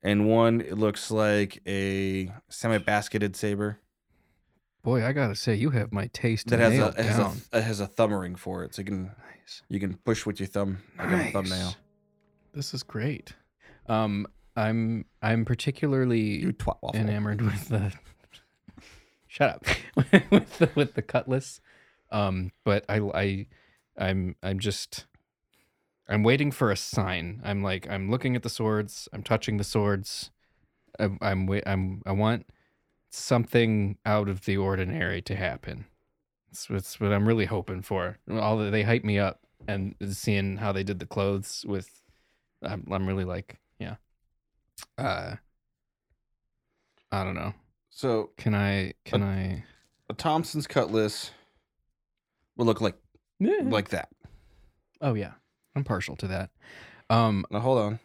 And one it looks like a semi-basketed saber Boy, I gotta say, you have my taste that has a nailed it has down. a, it has a thumb ring for it, so you can Nice. you can push with your thumb like a thumbnail. This is great. Um, I'm I'm particularly You twat waffle. enamored with the shut up with the with the cutlass um but i i i'm i'm just i'm waiting for a sign i'm like i'm looking at the swords i'm touching the swords i'm i'm wait i'm i want something out of the ordinary to happen it's, it's what i'm really hoping for all the, they hype me up and seeing how they did the clothes with i'm, I'm really like yeah uh i don't know So can I? Can I? a Thompson's cutlass will look like like that. Oh yeah, I'm partial to that. Um, Now hold on.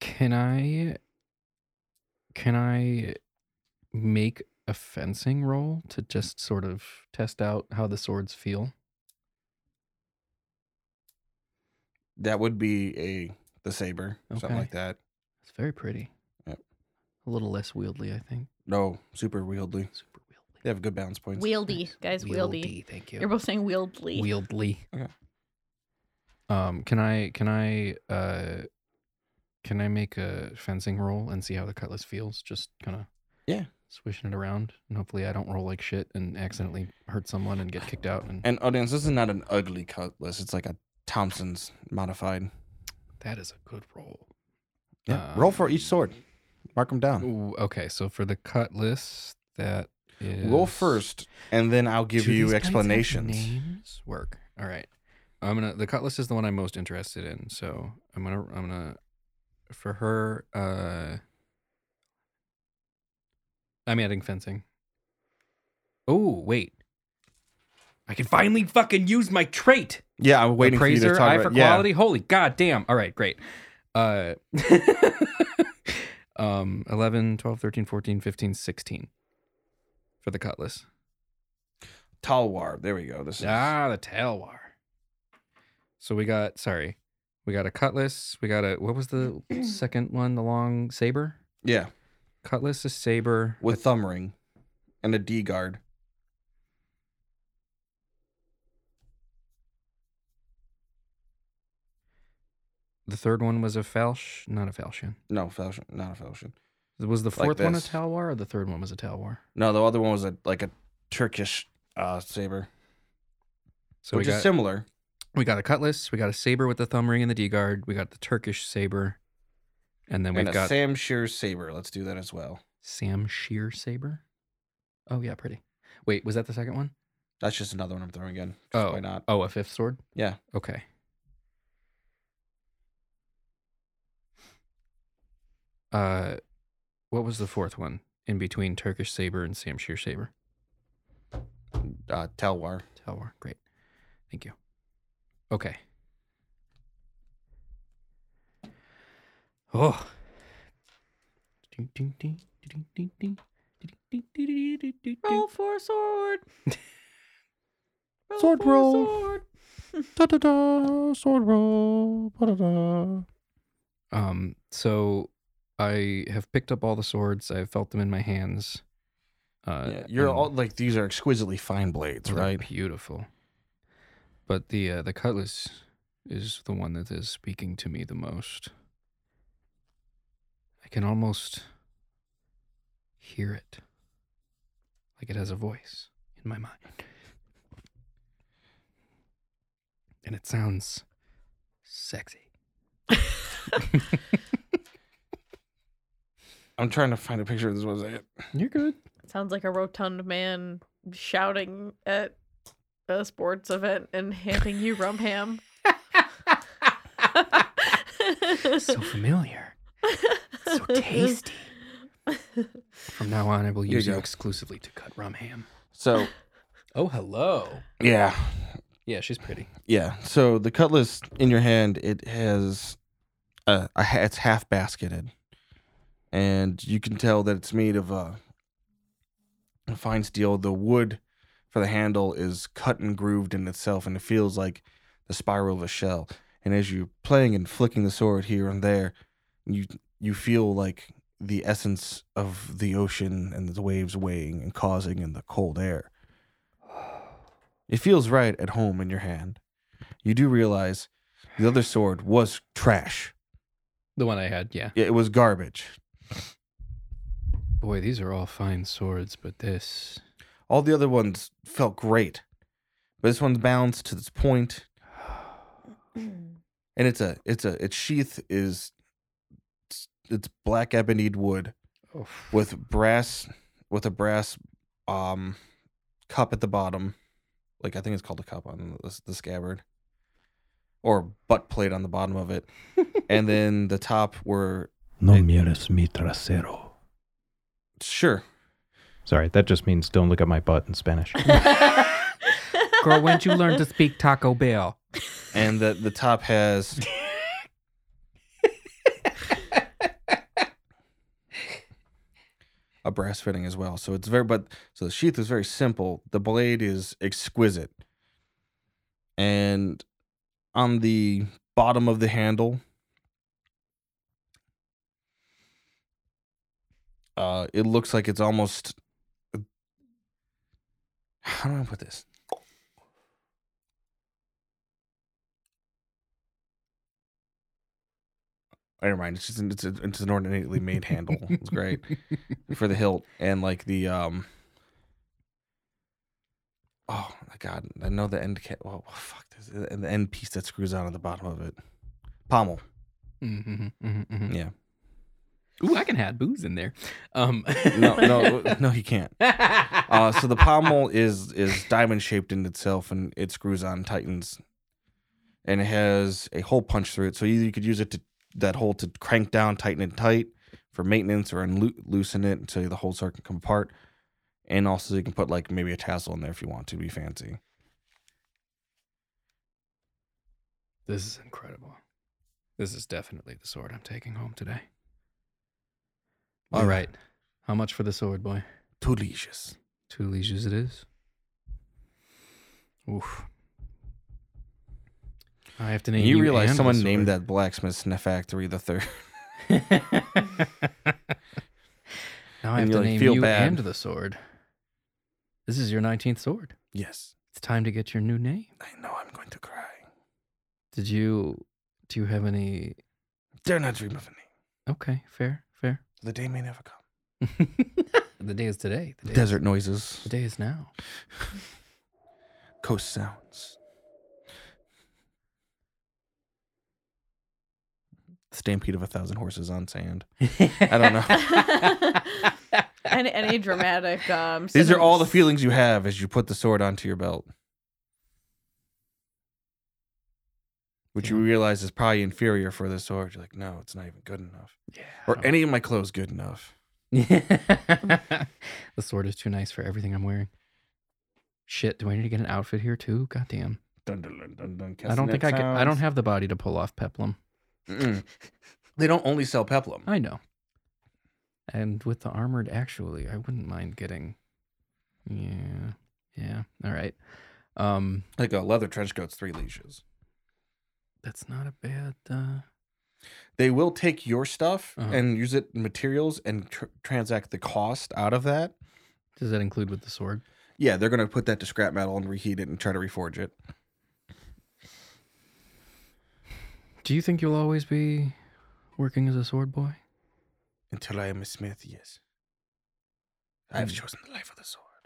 can I? Can I make a fencing roll to just sort of test out how the swords feel? That would be a the saber, something Okay. like that. It's very pretty. Yep. A little less wieldy, I think. No, super wieldy. Super wieldy. They have good balance points. Wieldy, guys, wieldy. Thank You're you. both saying wieldly. Wieldly. Okay. Um, can I? Can I? Uh, can I make a fencing roll and see how the cutlass feels? Just kind of. Yeah. swishing it around and hopefully I don't roll like shit and accidentally hurt someone and get kicked out and And audience, this is not an ugly cutlass. It's like a Thompson's modified. that is a good roll. Um, Yeah. Roll for each sword. Mark them down. Ooh, okay, so for the cutlass that is Roll first, and then I'll give Do these you guys have explanations. Names work. All right. I'm going to the cutlass is the one I'm most interested in, so I'm going to I'm going to for her uh I'm adding fencing. Oh, wait. I can finally fucking use my trait. Yeah, I'm waiting appraiser, for you to talk eye about for yeah. quality. Holy goddamn. All right, great. Uh, um, 11, 12, 13, 14, 15, 16 for the cutlass. Talwar. There we go. This is Ah, the talwar. So we got, sorry, we got a cutlass. We got a, what was the second one? The long saber? yeah Cutlass, a saber. with thumb ring, and a D guard. The third one was a falch, not a falchion. No falchion, not a falchion. Was the Like fourth one a this. talwar or the third one was a talwar? No, the other one was a like a Turkish uh, saber, So which we is got, similar. We got a cutlass. We got a saber with the thumb ring and the D guard. We got the Turkish saber, and then we've And a got Sam Shear saber. Let's do that as well. Sam Shear saber. Oh yeah, pretty. Wait, was that the second one? That's just another one I'm throwing in. 'cause Oh, why not? Oh, a fifth sword. Yeah. Okay. Uh, what was the fourth one in between Turkish saber and Sam Shear saber? Uh, Talwar. Tower. Great. Thank you. Okay. Oh. Roll for a sword. Roll Sword for a roll. sword. Da da da. Sword roll. Ba da da. Um, so I have picked up all the swords. I've felt them in my hands. Uh, Yeah, you're and all like these are exquisitely fine blades, they're right? Beautiful. But the uh, the cutlass is the one that is speaking to me the most. I can almost hear it. Like it has a voice in my mind. And it sounds sexy. I'm trying to find a picture of this one. second. You're good. Sounds like a rotund man shouting at a sports event and handing you rum ham. So familiar. so tasty. From now on, I will Here you use you go. exclusively to cut rum ham. So Oh, hello. yeah, Yeah, she's pretty. Yeah. So the cutlass in your hand, it has a, a ha- it's half basketed, and you can tell that it's made of a, a fine steel. The wood for the handle is cut and grooved in itself, and it feels like the spiral of a shell. And as you're playing and flicking the sword here and there, you you feel like the essence of the ocean and the waves weighing and causing in the cold air. It feels right at home in your hand. You do realize the other sword was trash. The one I had, yeah. Yeah, It was garbage. Boy, these are all fine swords, but this. All the other ones felt great, but this one's balanced to this point, and it's a it's a its sheath is it's, it's black ebony wood with brass with a brass um cup at the bottom, like I think it's called a cup on the, the scabbard, or butt plate on the bottom of it, and then the top were No Hey. mires mi trasero. sure Sorry, that just means don't look at my butt in Spanish. Girl, when'd you learn to speak Taco Bell? and the the top has a brass fitting as well. So it's very but so the sheath is very simple. The blade is exquisite. And on the bottom of the handle uh it looks like it's almost how do I put this? never mind. It's just an- it's, a, it's an ornately made handle. It's great for the hilt and like the um. Oh my god! I know the end. Ca- oh fuck! This and the end piece that screws out on the bottom of it. Pommel. Mm-hmm, mm-hmm. Yeah. Ooh, I can have booze in there. Um, No, no, no. He can't. Uh, so the pommel is is diamond shaped in itself, and it screws on, tightens, and it has a hole punch through it. So either you could use it to that hole to crank down, tighten it tight for maintenance, or unlo- loosen it so the whole sword can come apart. And also, you can put like maybe a tassel in there if you want to be fancy. This is incredible. This is definitely the sword I'm taking home today. All Yeah. right. How much for the sword, boy? Two leashes. Two leashes it is. Oof. I have to name You, you realize and someone the named sword. that blacksmith's factory the third. now I have And to you, like, name feel you bad. and the sword. This is your 19th sword. Yes, It's time to get your new name. I know I'm going to cry. Did you do you have any Dare not dream of a name. Okay, fair, fair. The day may never come. the day is today. The day Desert noises, The day is now. coast sounds. Stampede of a thousand horses on sand. I don't know. and any dramatic um These are all the synonyms. feelings you have as you put the sword onto your belt. Which you realize is probably inferior for the sword. You're like, no, it's not even good enough. Yeah. Or any of my clothes good enough. the sword is too nice for everything I'm wearing. Shit, do I need to get an outfit here too? Goddamn. Dun, dun, dun, dun, dun, I don't think I castanet can, I don't sounds. have the body to pull off peplum. Mm-mm. They don't only sell peplum. I know. And with the armored actually, I wouldn't mind getting Yeah. Yeah. All right. Um Like a leather trench coat's three leashes. that's not a bad uh They will take your stuff Uh-huh. and use it in materials and tr- transact the cost out of that. does that include with the sword? Yeah, they're going to put that to scrap metal and reheat it and try to reforge it. Do you think you'll always be working as a sword boy? Until I am a smith, yes. I have Hmm. chosen the life of the sword.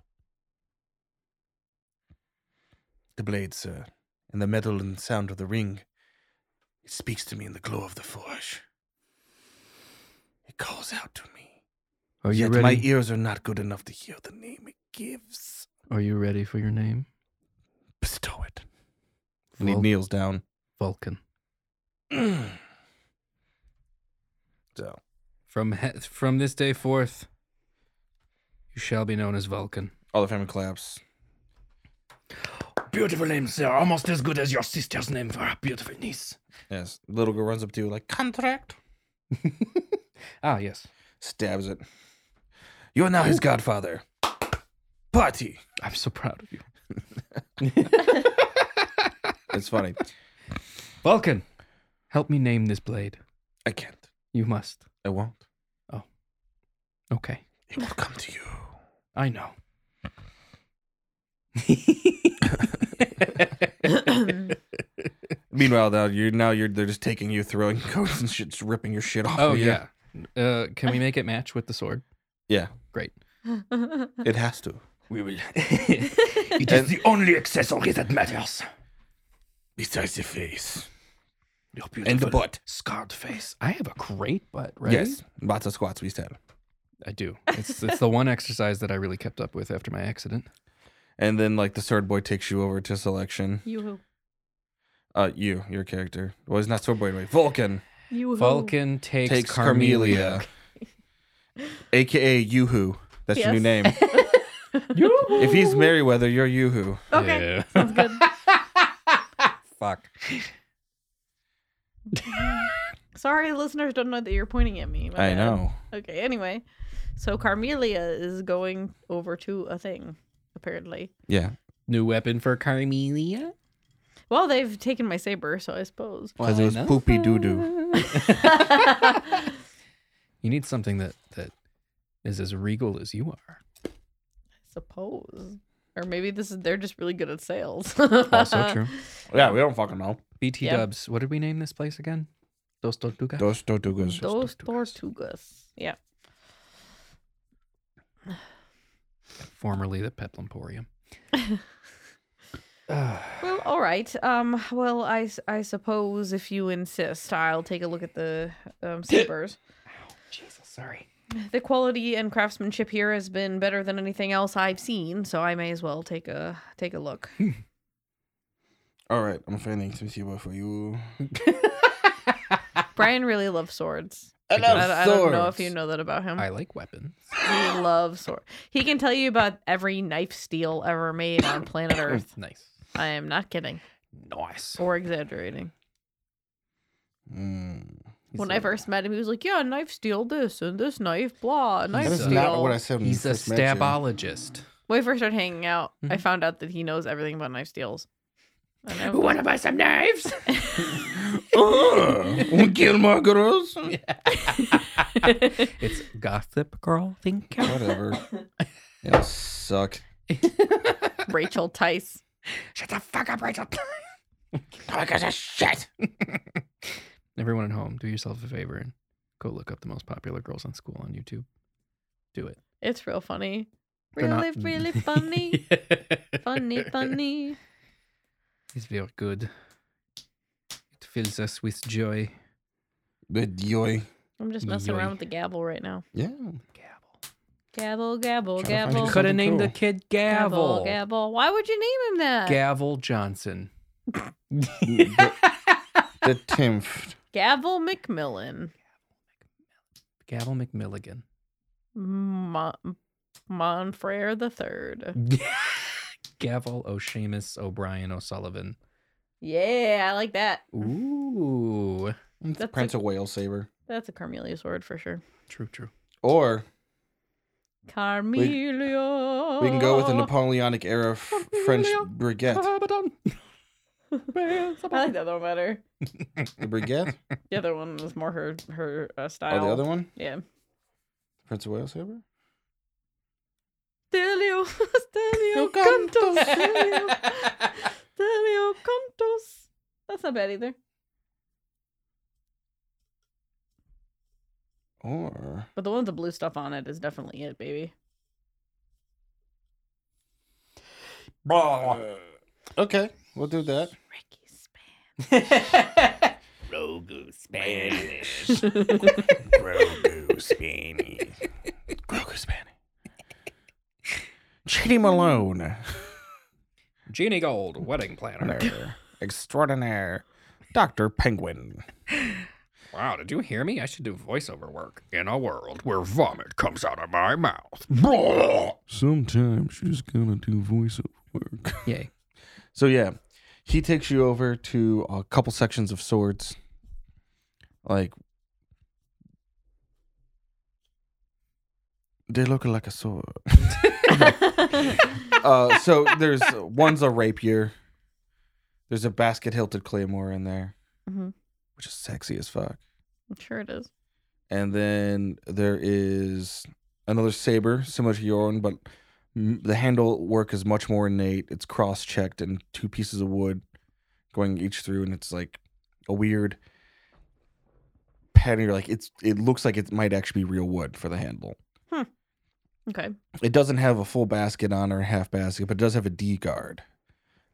The blade, sir, and the metal and sound of the ring. It speaks to me in the glow of the forge. It calls out to me. Are you Yet ready? my e- ears are not good enough to hear the name it gives. Are you ready for your name? Bestow it. And he Vul- kneels down. Vulcan. so From he- from this day forth, you shall be known as Vulcan. all the family claps. beautiful name, sir. Almost as good as your sister's name for a beautiful niece. Yes. Little girl runs up to you like, contract. Ah, yes. Stabs it. You're now his godfather. Party. I'm so proud of you. It's funny. Vulcan, help me name this blade. I can't. You must. I won't. Okay. It will come to you. I know. Meanwhile, though, you're now you're they're just taking you, throwing coats and shit, just ripping your shit off. Oh, of you. yeah. Uh, can we make it match with the sword? yeah. Great. It has to. We will. it is the only accessory that matters. Besides the face. Your And the beautiful butt. scarred face. I have a great butt, right? Yes. Lots of squats we said. I do. It's it's the one exercise that I really kept up with after my accident. And then like the sword boy takes you over to selection. You who? Uh, you, your character. Well, he's not sword boy anyway. Vulcan You who? Vulcan takes, takes Carmelia. Carmelia, aka Yoo-Hoo. That's your new Yes. name. If he's Merryweather, you're Yoo-Hoo. Okay. Yeah. Sounds good. Fuck. Sorry, listeners don't know that you're pointing at me. my I bad. know. Okay, anyway. So Carmelia is going over to a thing, apparently. Yeah. New weapon for Carmelia. Well, they've taken my saber, so I suppose. Because it was enough. poopy doo doo. You need something that that is as regal as you are. suppose. Or maybe this is they're just really good at sales. Also true. Yeah, we don't fucking know. BT Yeah. Dubs. What did we name this place again? Dos Tortugas. Those tortugas. Those tortugas. Yeah. Formerly the Petlemporium. Ah, Well, all right. Um. Well, I, s- I suppose if you insist, I'll take a look at the um, sabers. Jesus, sorry. the quality and craftsmanship here has been better than anything else I've seen, so I may as well take a take a look. All right, I'm finding some Sibo for you. Brian really loves swords. I I, I don't know if you know that about him. I like weapons. He loves swords. He can tell you about every knife steel ever made on planet Earth. Nice. I am not kidding Nice. or exaggerating. Mm. when I first met him, he was like, "Yeah, knife steel this and this knife, blah, knife That He's is a- steel." not what I said when He's you a first met you. stabologist. when we first started hanging out, I Mm-hmm. Mhm. found out that he knows everything about knife steels. And I- Wanna buy some knives? Ugh, Uh, wanna kill my girls? it's gossip girl think. Whatever. It'll suck. Rachel Tice. Shut the fuck up, Rachel. oh my gosh, shit. Everyone at home, do yourself a favor and go look up the most popular girls on school on YouTube. Do it. It's real funny. They're Really, not- really funny. funny, funny. It's very good. It fills us with joy. But yoy. I'm just messing Yoy. around with the gavel right now. Yeah. Gavel. Gavel, gavel, Trying to find gavel. his- Could have named the cool. kid Gavel, Gavel. gavel. Why would you name him that? Gavel Johnson. the, the timph. gavel McMillan. Gavel McMilligan. Mon- Monfrere the Third. Gavel O'Shamus O'Brien O'Sullivan. Yeah, I like that. Ooh. It's That's Prince of Wales saber. That's a Carmelia sword for sure. True, true. Or Carmelia. we can go Oh. with the Napoleonic era f- French brigette. I like the other one better. The brigette? The other one was more her her uh, style. Oh, the other one? Yeah. Prince of Wales saber? Stelio, Stelio, Cantos, Stelio, Stelio, Cantos. That's not bad either. Or But the one with the blue stuff on it is definitely it, baby. Okay, we'll do that. Ricky Span. Grogu Spanish. Grogu Spanish. Chitty Malone. Jeannie Gold, wedding planner. Extraordinaire. Dr. Penguin. Wow, did you hear me? I should do voiceover work. In a world where vomit comes out of my mouth. Sometimes you just gotta do voiceover work. Yay. So yeah, he takes you over to a couple sections of swords. Like they look like a sword. uh, so there's one's a rapier. There's a basket hilted claymore in there, Mhm. which is sexy as fuck. I'm sure it is. And then there is another saber similar to your own, but m- the handle work is much more innate. It's cross checked and two pieces of wood going each through, and it's like a weird pattern. You're like, it's it looks like it might actually be real wood for the handle. Okay. It doesn't have a full basket on or a half basket, but it does have a D guard.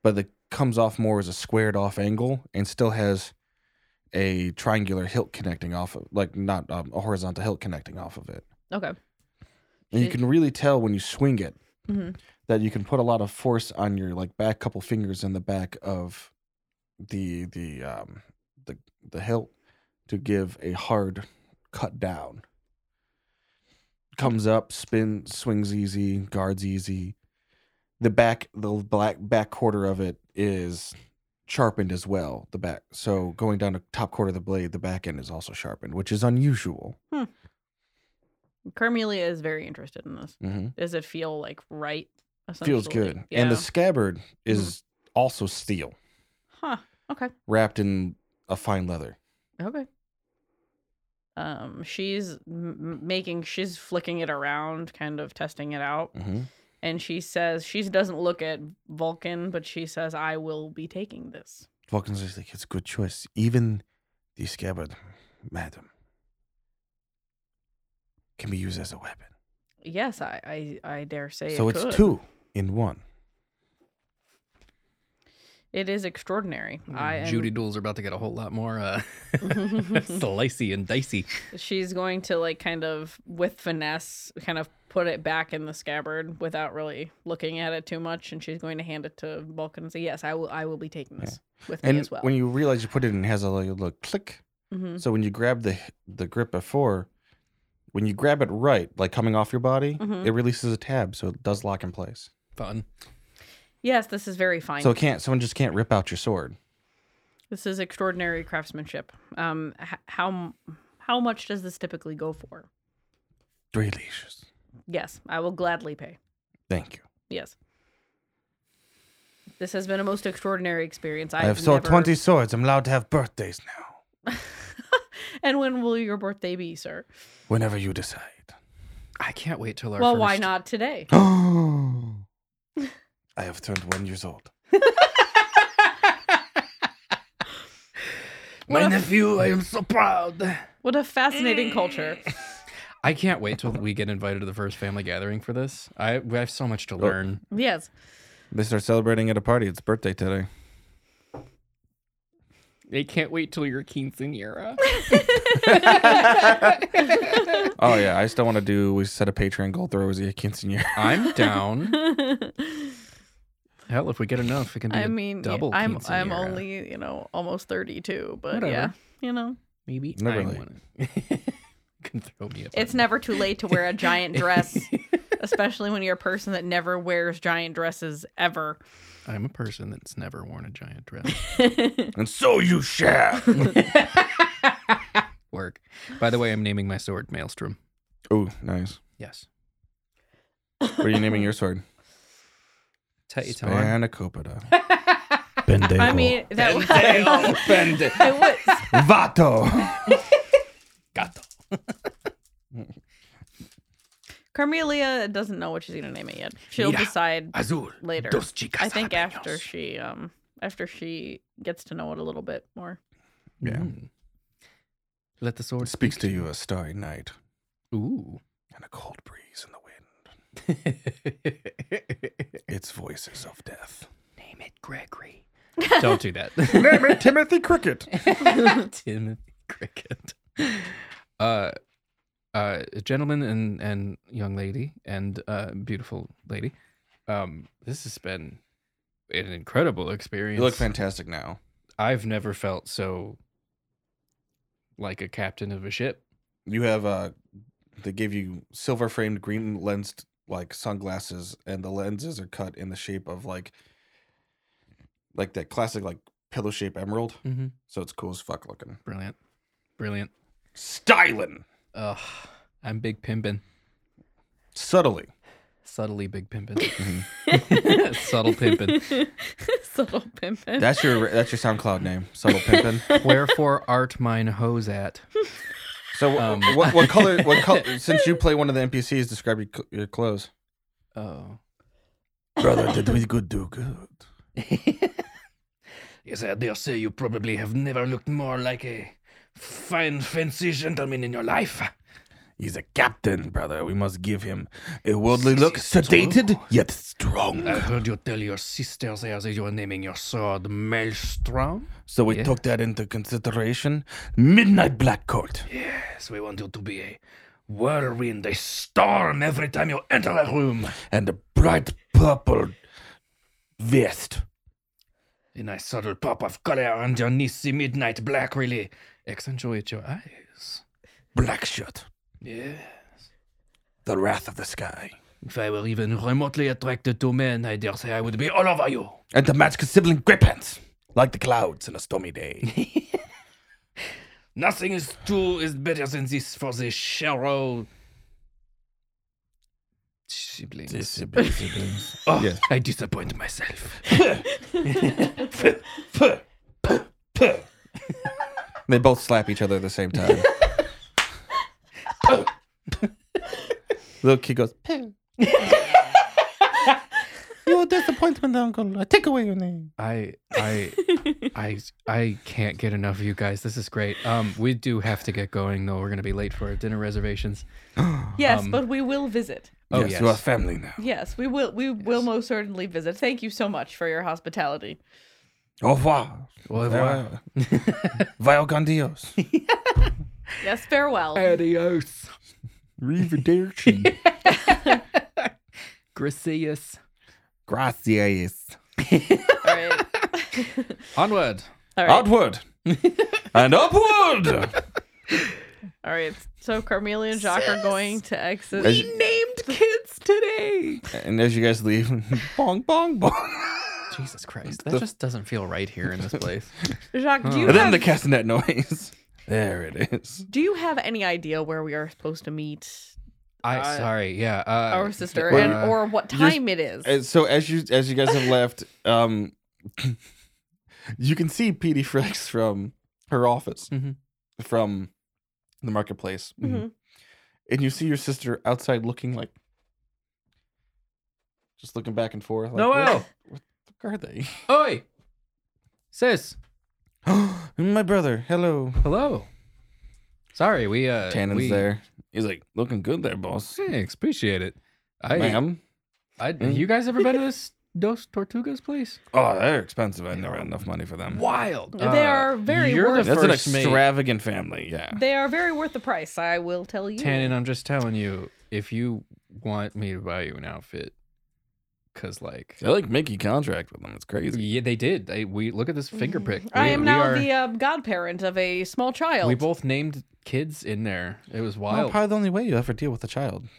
But it comes off more as a squared off angle and still has a triangular hilt connecting off of, like not um, a horizontal hilt connecting off of it. Okay. And you Shit. can really tell when you swing it hmm that you can put a lot of force on your like back couple fingers in the back of the the um the the hilt to give a hard cut down. Comes up, spin, swings easy, guards easy. The back, the black back quarter of it is sharpened as well. The back, so going down to top quarter of the blade, the back end is also sharpened, which is unusual. Carmelia is very interested in this. Mm-hmm. Does it feel like right? Feels essentially? good, Yeah. Hmm. and the scabbard is also steel. huh. Okay. wrapped in a fine leather. Okay. Um, she's m- m- making, she's flicking it around, kind of testing it out, Mm. Mm-hmm. and she says she doesn't look at Vulcan, but she says, "I will be taking this." Vulcan's just like, it's a good choice. Even the scabbard, madam, can be used as a weapon. Yes, I, I, I dare say. so it it's could. two in one. It is extraordinary. Mm, I am- Judy duels are about to get a whole lot more uh, slicey and dicey. she's going to like kind of with finesse kind of put it back in the scabbard without really looking at it too much and she's going to hand it to Vulcan and say yes I will I will be taking this with me And as well when you realize you put it in, it has a little, little click. hmm So when you grab the the grip before, when you grab it right, like coming off your body, Mhm. it releases a tab, so it does lock in place. Fun. yes this is very fine So it can't someone just can't rip out your sword. this is extraordinary craftsmanship um h- how m- how much does this typically go for Three leashes. yes I will gladly pay Thank you. yes this has been a most extraordinary experience I I've have sold never- twenty swords. I'm allowed to have birthdays now. and when will your birthday be sir Whenever you decide. I can't wait till our well first why not today I have turned one years old. My nephew, I am so proud. What a fascinating culture. I can't wait till we get invited to the first family gathering for this. I we have so much to learn. Yes. They start celebrating at a party. It's birthday today. They can't wait till your quinceanera. Oh yeah, I still want to do. We set a Patreon goal. Throw Rosie a quinceanera. I'm down. I Hell, if we get enough, it can be a mean, yeah, double. I'm I'm quinceañera. only you know almost 32, but Whatever. yeah, you know, maybe Never I late. want it. can throw me. a it's bone. never too late to wear a giant dress, especially when you're a person that never wears giant dresses ever. I'm a person that's never worn a giant dress. And so you shall. Work. By the way, I'm naming my sword Maelstrom. Ooh, nice. Yes. What are you naming your sword? Taitan. Spanakopita. Bendable. I mean, that was, it was Vato. Gato. Carmelia doesn't know what she's gonna name it yet. She'll Mira. decide Azul. later. Dos chicas I think jalapenos. after she um after she gets to know it a little bit more. Yeah. Mm. Let the sword Speaks to you a starry night Ooh. and a cold breeze in the wind. It's voices of death. Name it Gregory. Don't do that. Name it Timothy Cricket. Timothy Cricket. Uh, uh, gentlemen and and young lady and uh, beautiful lady, um, this has been an incredible experience. You look fantastic now. I've never felt so like a captain of a ship. You have uh they give you silver framed green lensed like sunglasses and the lenses are cut in the shape of like like that classic like pillow shape emerald. Mm-hmm. So it's cool as fuck looking. Brilliant. Brilliant. Styling Ugh. I'm big pimpin. subtly. Subtly big pimpin. Subtle pimpin. Subtle pimpin. That's your that's your SoundCloud name, subtle pimpin. Wherefore art mine hose at? So Um. what what color what color? Since you play one of the NPCs, describe your, cl- your clothes. Oh. Brother, did we good do good? Yes, I dare say you probably have never looked more like a fine, fancy gentleman in your life. He's a captain, brother. We must give him a worldly look, Yes, it's sedated true. yet strong. I heard you tell your sisters there that you were naming your sword Maelstrom. So we Yeah. took that into consideration. Midnight Black Court. Yes, we want you to be a whirlwind, a storm every time you enter that room. and a bright purple vest. A nice subtle pop of color underneath the midnight black, really. Accentuate your eyes. Black shirt. Yeah. The wrath of the sky. If I were even remotely attracted to men, I dare say I would be all over you. And the magic sibling grey pants. Like the clouds in a stormy day. Nothing is too is better than this for the shallow siblings. Oh, Yes. I disappoint myself. they both slap each other at the same time. Little kid goes, Pooh. You're a disappointment, Uncle. I take away your name. I I I I can't get enough of you guys. This is great. Um, we do have to get going though. We're gonna be late for our dinner reservations. yes, um, but we will visit. Oh yes, yes. you are family now. Yes, we will. We will most certainly visit. Thank you so much for your hospitality. Au revoir. Au revoir. Vaya con Dios. Yes, farewell. Adios. Arrivederci. Gracias. Gracias. All right. Onward. All right. Outward and upward. All right. So Carmelia and Jacques are going to exit. As- Named kids today. and as you guys leave, bong, bong, bong. Jesus Christ. That just doesn't feel right here in this place. Jacques, do you, And then have, the castanet noise. There it is. do you have any idea where we are supposed to meet I Uh, sorry, yeah. Uh, our sister well, and or what you're- time it is? And so as you as you guys have left, um, you can see Petey Frex from her office, Mhm. from the marketplace, Mm-hmm. Mhm. and you see your sister outside looking like, just looking back and forth. Like, Noel! where, where the fuck Oi! Sis, are they? My brother. Hello. hello. Sorry, we uh Tannen's we, there. He's like looking good there, boss. Thanks, appreciate it. I Ma'am. Mm-hmm. I you guys ever been to this Dos Tortugas place? Oh, they're expensive. I never had enough money for them. Wild. They are very You're the worth. That's an first mate. extravagant family. Yeah. They are very worth the price. I will tell you. Tannen, I'm just telling you, if you want me to buy you an outfit, cause like They like Mickey contract with them. It's crazy. yeah, they did. They, we look at this finger prick. Mm-hmm. I We- am we now are- the uh, godparent of a small child. We both named kids in there. It was Well, wild. probably the only way you ever deal with a child.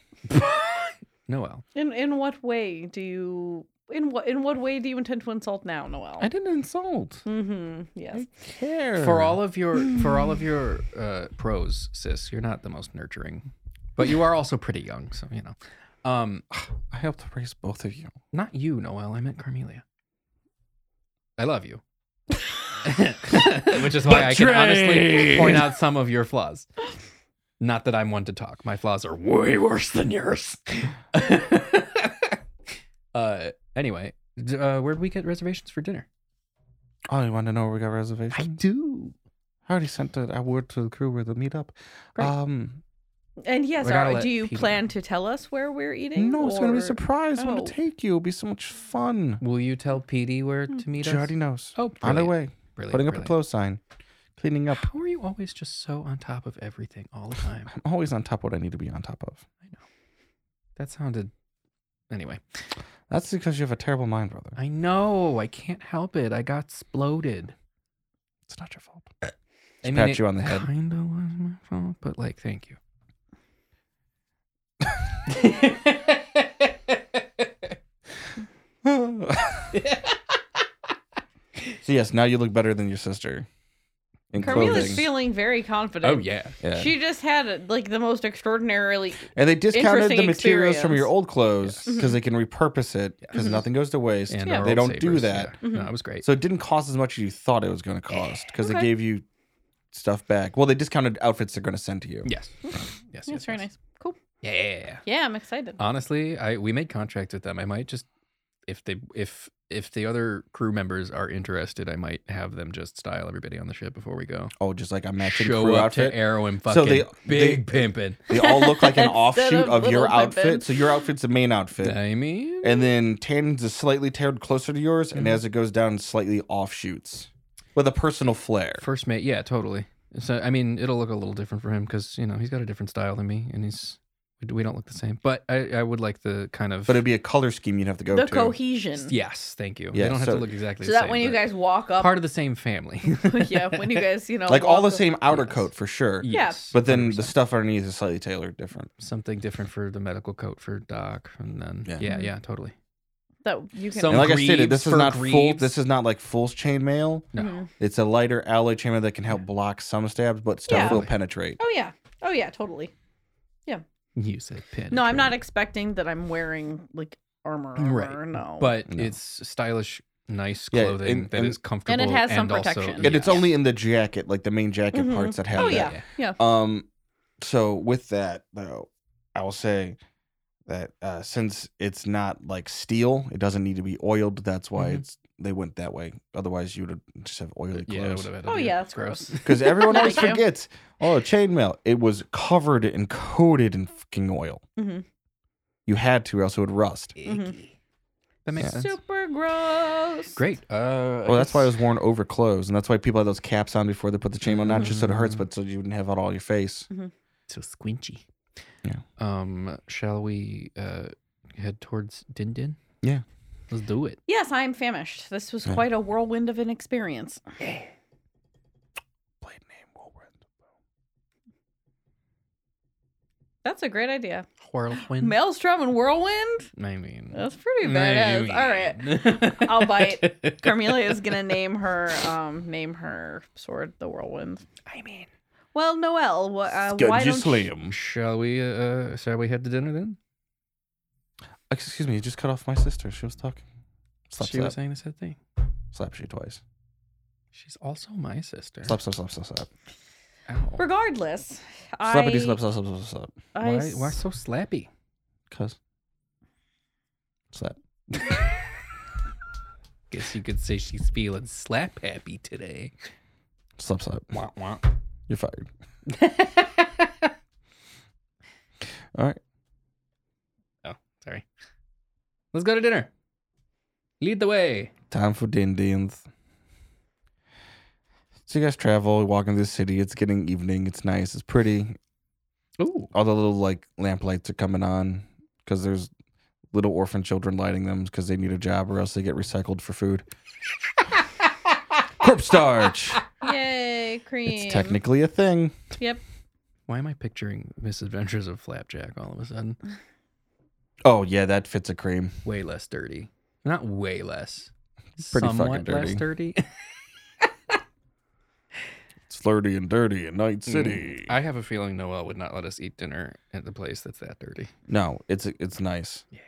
Noel, in in what way do you in what in what way do you intend to insult now, Noel? I didn't insult. Mm-hmm. Yes. Care for all of your for all of your uh, pros, sis, you're not the most nurturing, but you are also pretty young, so you know. Um, I helped raise both of you. Not you, Noel. I meant Carmelia. I love you. Which is why I can honestly Betrayed! point out some of your flaws. Not that I'm one to talk. My flaws are way worse than yours. uh, anyway, d- uh, where'd we get reservations for dinner? Oh, you want to know where we got reservations? I, do. already sent a, a word to the crew where they'll meet up. Great. Um, And yes, We gotta are, let do you Peter plan to tell us where we're eating? no, it's gonna be a or- surprise. I'm Oh. gonna take you. It'll be so much fun. Will you tell Petey where to meet She us? already knows. Oh, on their brilliant, way, brilliant, putting up the brilliant. close sign, cleaning up. How are you always just so on top of everything all the time? I'm always on top of what I need to be on top of. That sounded. Anyway. That's because you have a terrible mind, brother. I know. I can't help it. I got exploded. It's not your fault. I pat you on the head. Kind of was my fault, but like, thank you. So yes, now you look better than your sister. In Carmela's clothing. feeling very confident. Oh yeah. Yeah. She just had like the most extraordinarily and they discounted the interesting materials from experience. your Mm-hmm. old clothes because they can repurpose it because nothing goes to waste. And Yeah. our They old don't do sabers, that. yeah. No, it was great. So it didn't cost as much as you thought it was going to cost because they Eh, Okay. gave you stuff back. Well, they discounted outfits they're going to send to you. yes. yes. Yes. That's very yes. nice. Cool. Yeah. Yeah, I'm excited. Honestly, I we made contracts with them. I might just if they if if the other crew members are interested, I might have them just style everybody on the ship before we go. Oh, just like a matching Show crew up outfit. to Arrow and fucking So they- big pimping. They all look like an Instead offshoot of of, your Little outfit. Pippin. So your outfit's the main outfit. I mean, And then Tannen's is slightly tailored closer to yours, and Mm-hmm. as it goes down, slightly offshoots with a personal flair. first mate. Yeah, totally. So I mean, it'll look a little different for him because you know he's got a different style than me, and he's we don't look the same. But I, I would like the kind of But it'd be a color scheme you'd have to go the to. cohesion. yes, thank you. Yeah, they don't have so- to look exactly So the that same, when you but guys walk up, part of the same family. yeah, when you guys, you know, like all the walk up- same outer Yes. coat for sure. Yeah. Yes, But then 100%. the stuff underneath is slightly tailored different. something different for the medical coat for Doc, and then Yeah. yeah, Mm-hmm. yeah, totally. that you can. Some- and like I stated, Greaves this is for not full. greaves. This is not like full chainmail. No, Mhm. It's a lighter alloy chainmail that can help block some stabs, but still Yeah. will penetrate. Oh yeah. Oh yeah. Totally. you said pin. No, I'm not expecting that I'm wearing like armor. armor Right, No. But No. it's stylish, nice Yeah, clothing that is and- and- comfortable has some also- protection. And it's only in the jacket, like the main jacket Mhm. parts that have oh that. yeah. Yeah. Um, so with that though, I will say that uh, since it's not like steel, it doesn't need to be oiled. That's why Mhm. it's they went that way. Otherwise, you would have just have oily Yeah, it clothes. would've had to Oh be- yeah. it's That's gross. Because everyone always Thank you. forgets. Oh, chainmail! It was covered and coated in fucking oil. Mhm. You had to, or else it would rust. Mm-hmm. That makes sense. Super gross. Great. Uh, Well, that's why it was worn over clothes, and that's why people had those caps on before they put the chainmail, not just so it Mm. hurts, but so you wouldn't have it all on your face. so squinchy. Yeah. Um, shall we uh head towards Din Din? Yeah. Let's do it. Yes, I am famished. This was quite a whirlwind of an experience. Blade name Woolworth. That's a great idea. Whirlwind. Maelstrom and whirlwind. I mean. That's pretty badass. All right. right. I'll bite. Carmela is gonna name her um name her sword the whirlwind. I mean, well, Noelle, wha- uh, why don't Slim. Shall we? Uh, shall we head to dinner then? Excuse me, you just cut off my sister. She was talking. Slap, she slap. was saying the same thing. slap she twice. She's also my sister. Slap, slap, slap, slap, slap. Ow. Regardless, I, Slappity, slap, slap, slap, slap, slap. I Why? s- Why so slappy? Cuz. Slap. Guess you could say she's feeling slap happy today. Slap, slap. Wah, wah. You're fired. All right. Oh, sorry. Let's go to dinner. Lead the way. Time for din dins. So you guys travel, walking through the city. It's getting evening. It's nice. It's pretty. Ooh. All the little like lamp lights are coming on because there's little orphan children lighting them because they need a job or else they get recycled for food. Corp starch. yay cream. It's technically a thing. Yep. Why am I picturing Misadventures of Flapjack all of a sudden? Oh yeah, that fits a cream. Way less dirty. Not way less. Pretty fucking Somewhat less dirty. It's flirty and dirty in Mm. Night City. I have a feeling Noel would not let us eat dinner at the place that's that dirty. No, it's it's nice. Yeah.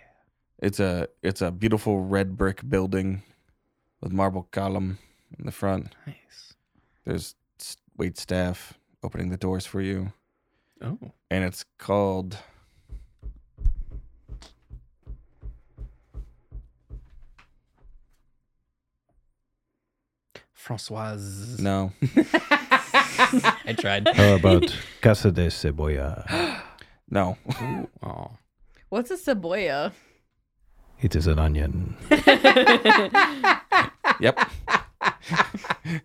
It's a it's a beautiful red brick building with marble column in the front. Nice. There's s- wait staff opening the doors for you, Oh. and it's called. Francoise. No, I tried. How about Casa de Cebolla? no. Ooh, aw. What's a Saboya? It is an onion. yep.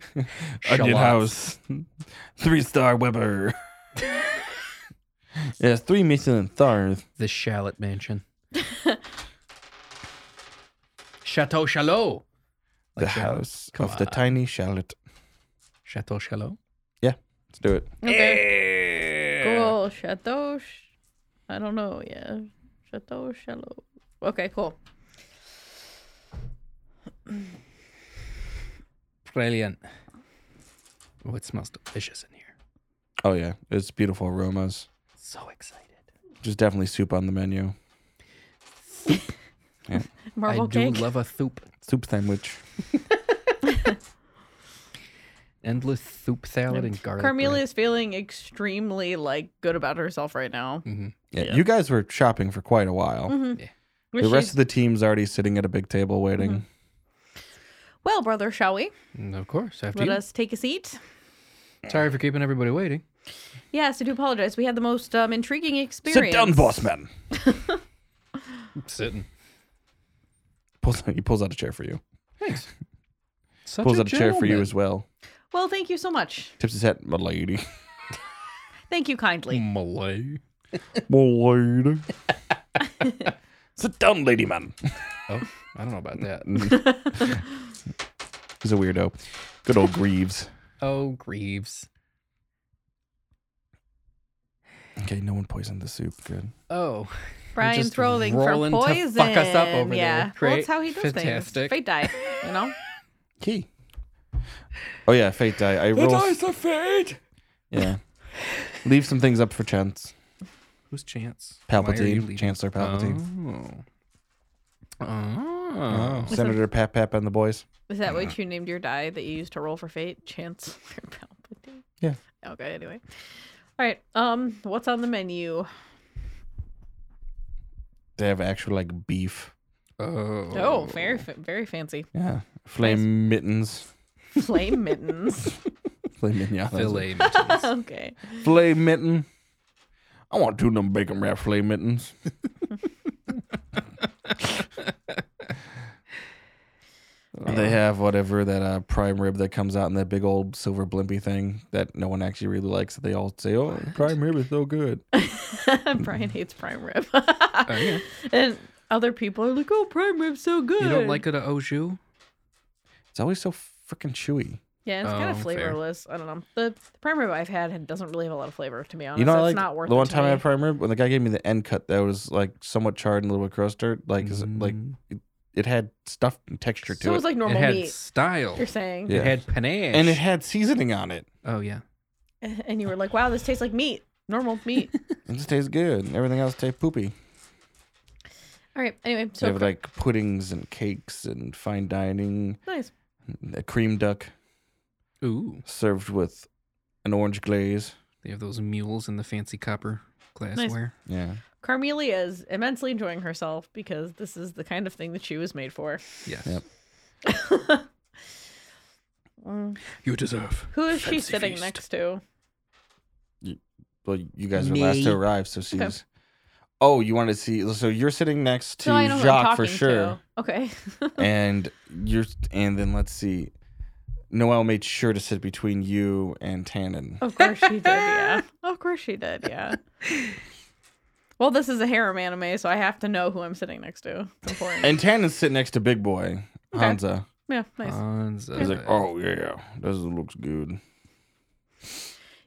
Onion Shallots. House, three star Weber. yes, three Michelin stars. The Shallot Mansion. Chateau Chalot. Like The uh, Charlotte. house Come of the on. tiny Charlotte. Chateau Chalot. Let's do it. Okay. Cool. Chateau. Sh- I don't know. Yeah. Chateau Shallow. Okay. Cool. Brilliant. Oh, it smells delicious in here. Oh yeah, it's beautiful aromas. So excited. There's definitely soup on the menu. I Marble cake. do love a soup. Soup sandwich. Endless soup salad and garlic. Carmelia is feeling extremely like good about herself right now. Mm-hmm. Yeah, Yeah. you guys were shopping for quite a while. Which The rest she's- of the team's already sitting at a big table waiting. well, brother, shall we? And Mm, of course, after Let you. us take a seat. Sorry for keeping everybody waiting. Yes, I do apologize. We had the most um, intriguing Sit experience. down, boss man. I'm sitting. Pulls, he pulls out a chair for you. Thanks. Such Pulls out a chair for you gentleman. as well. Well, thank you so much. Tips his hat, my lady. Thank you Mm, kindly. Malay. My lady. Sit down, lady man. Oh, I don't know about that. He's a weirdo. Good old Greaves. Oh, Greaves. Okay, no one poisoned the soup. Good. Oh, Brian just throwing for rolling to fuck poison. us up over yeah. there. Well, Great. that's how he does things. Fantastic. Fate die, you know? Key. Oh yeah, fate die. I roll. the fate. Yeah. Leave some things up for chance. Who's Chance? Why are you Palpatine, leaving? Chancellor Palpatine, Oh. Oh. Oh, Senator Pap Pap, and the boys. Is that what you named your die that you used to roll for fate? Chancellor Palpatine? Yeah. Okay, anyway. All right. Um, what's on the menu? They have actual like beef. Oh. Oh, very fa- very fancy. Yeah. Flame mittens. Flame mittens. Flame mitten. Yeah. that's it. Filet mittens. okay. Flame mitten. I want two of them bacon wrap flame mittens. They have whatever that uh, prime rib that comes out in that big old silver blimpy thing that no one actually really likes. They all say, "Oh, prime rib is so good." Brian hates prime rib. Oh, Oh, yeah. And other people are like, oh, prime rib's so good. You don't like it at au jus? It's always so freaking chewy. Yeah, it's kind Oh, of fair. flavorless. I don't know. The, the prime rib I've had had- doesn't really have a lot of flavor, to be honest. you know, I it's like not worth the it one to time I me. had prime rib when the guy gave me the end cut that was like somewhat charred and a little bit crusted. Like, is it, like it, it had stuff and texture to So it was like It normal had meat. style. You're saying, Yeah. It had panache. and it had seasoning on it. oh yeah. and you were like, "Wow, this tastes like meat, normal meat." It just tastes good. and Everything else tastes poopy. All right. Anyway, they so have like puddings and cakes and fine dining. nice. A cream duck Ooh, served with an orange glaze. they have those mules in the fancy copper glassware. Yeah. Carmelia is immensely enjoying herself because this is the kind of thing that she was made for. Yes. Yep. Mm. You deserve. Who is she Fancy sitting feast. next to? Well, you guys were last to Me. arrive, so she's. Okay. Oh, you wanted to see? So you're sitting next to No, I know who I'm Jacques for talking sure. to. Okay. and you're and then let's see noel made sure to sit between you and Tannen. Of course she did, yeah. Of course she did, yeah. Well, this is a harem anime, so I have to know who I'm sitting next to. Before and Tannen's sitting next to big boy Okay. hansa yeah, nice. Hansa. he's like oh yeah this looks good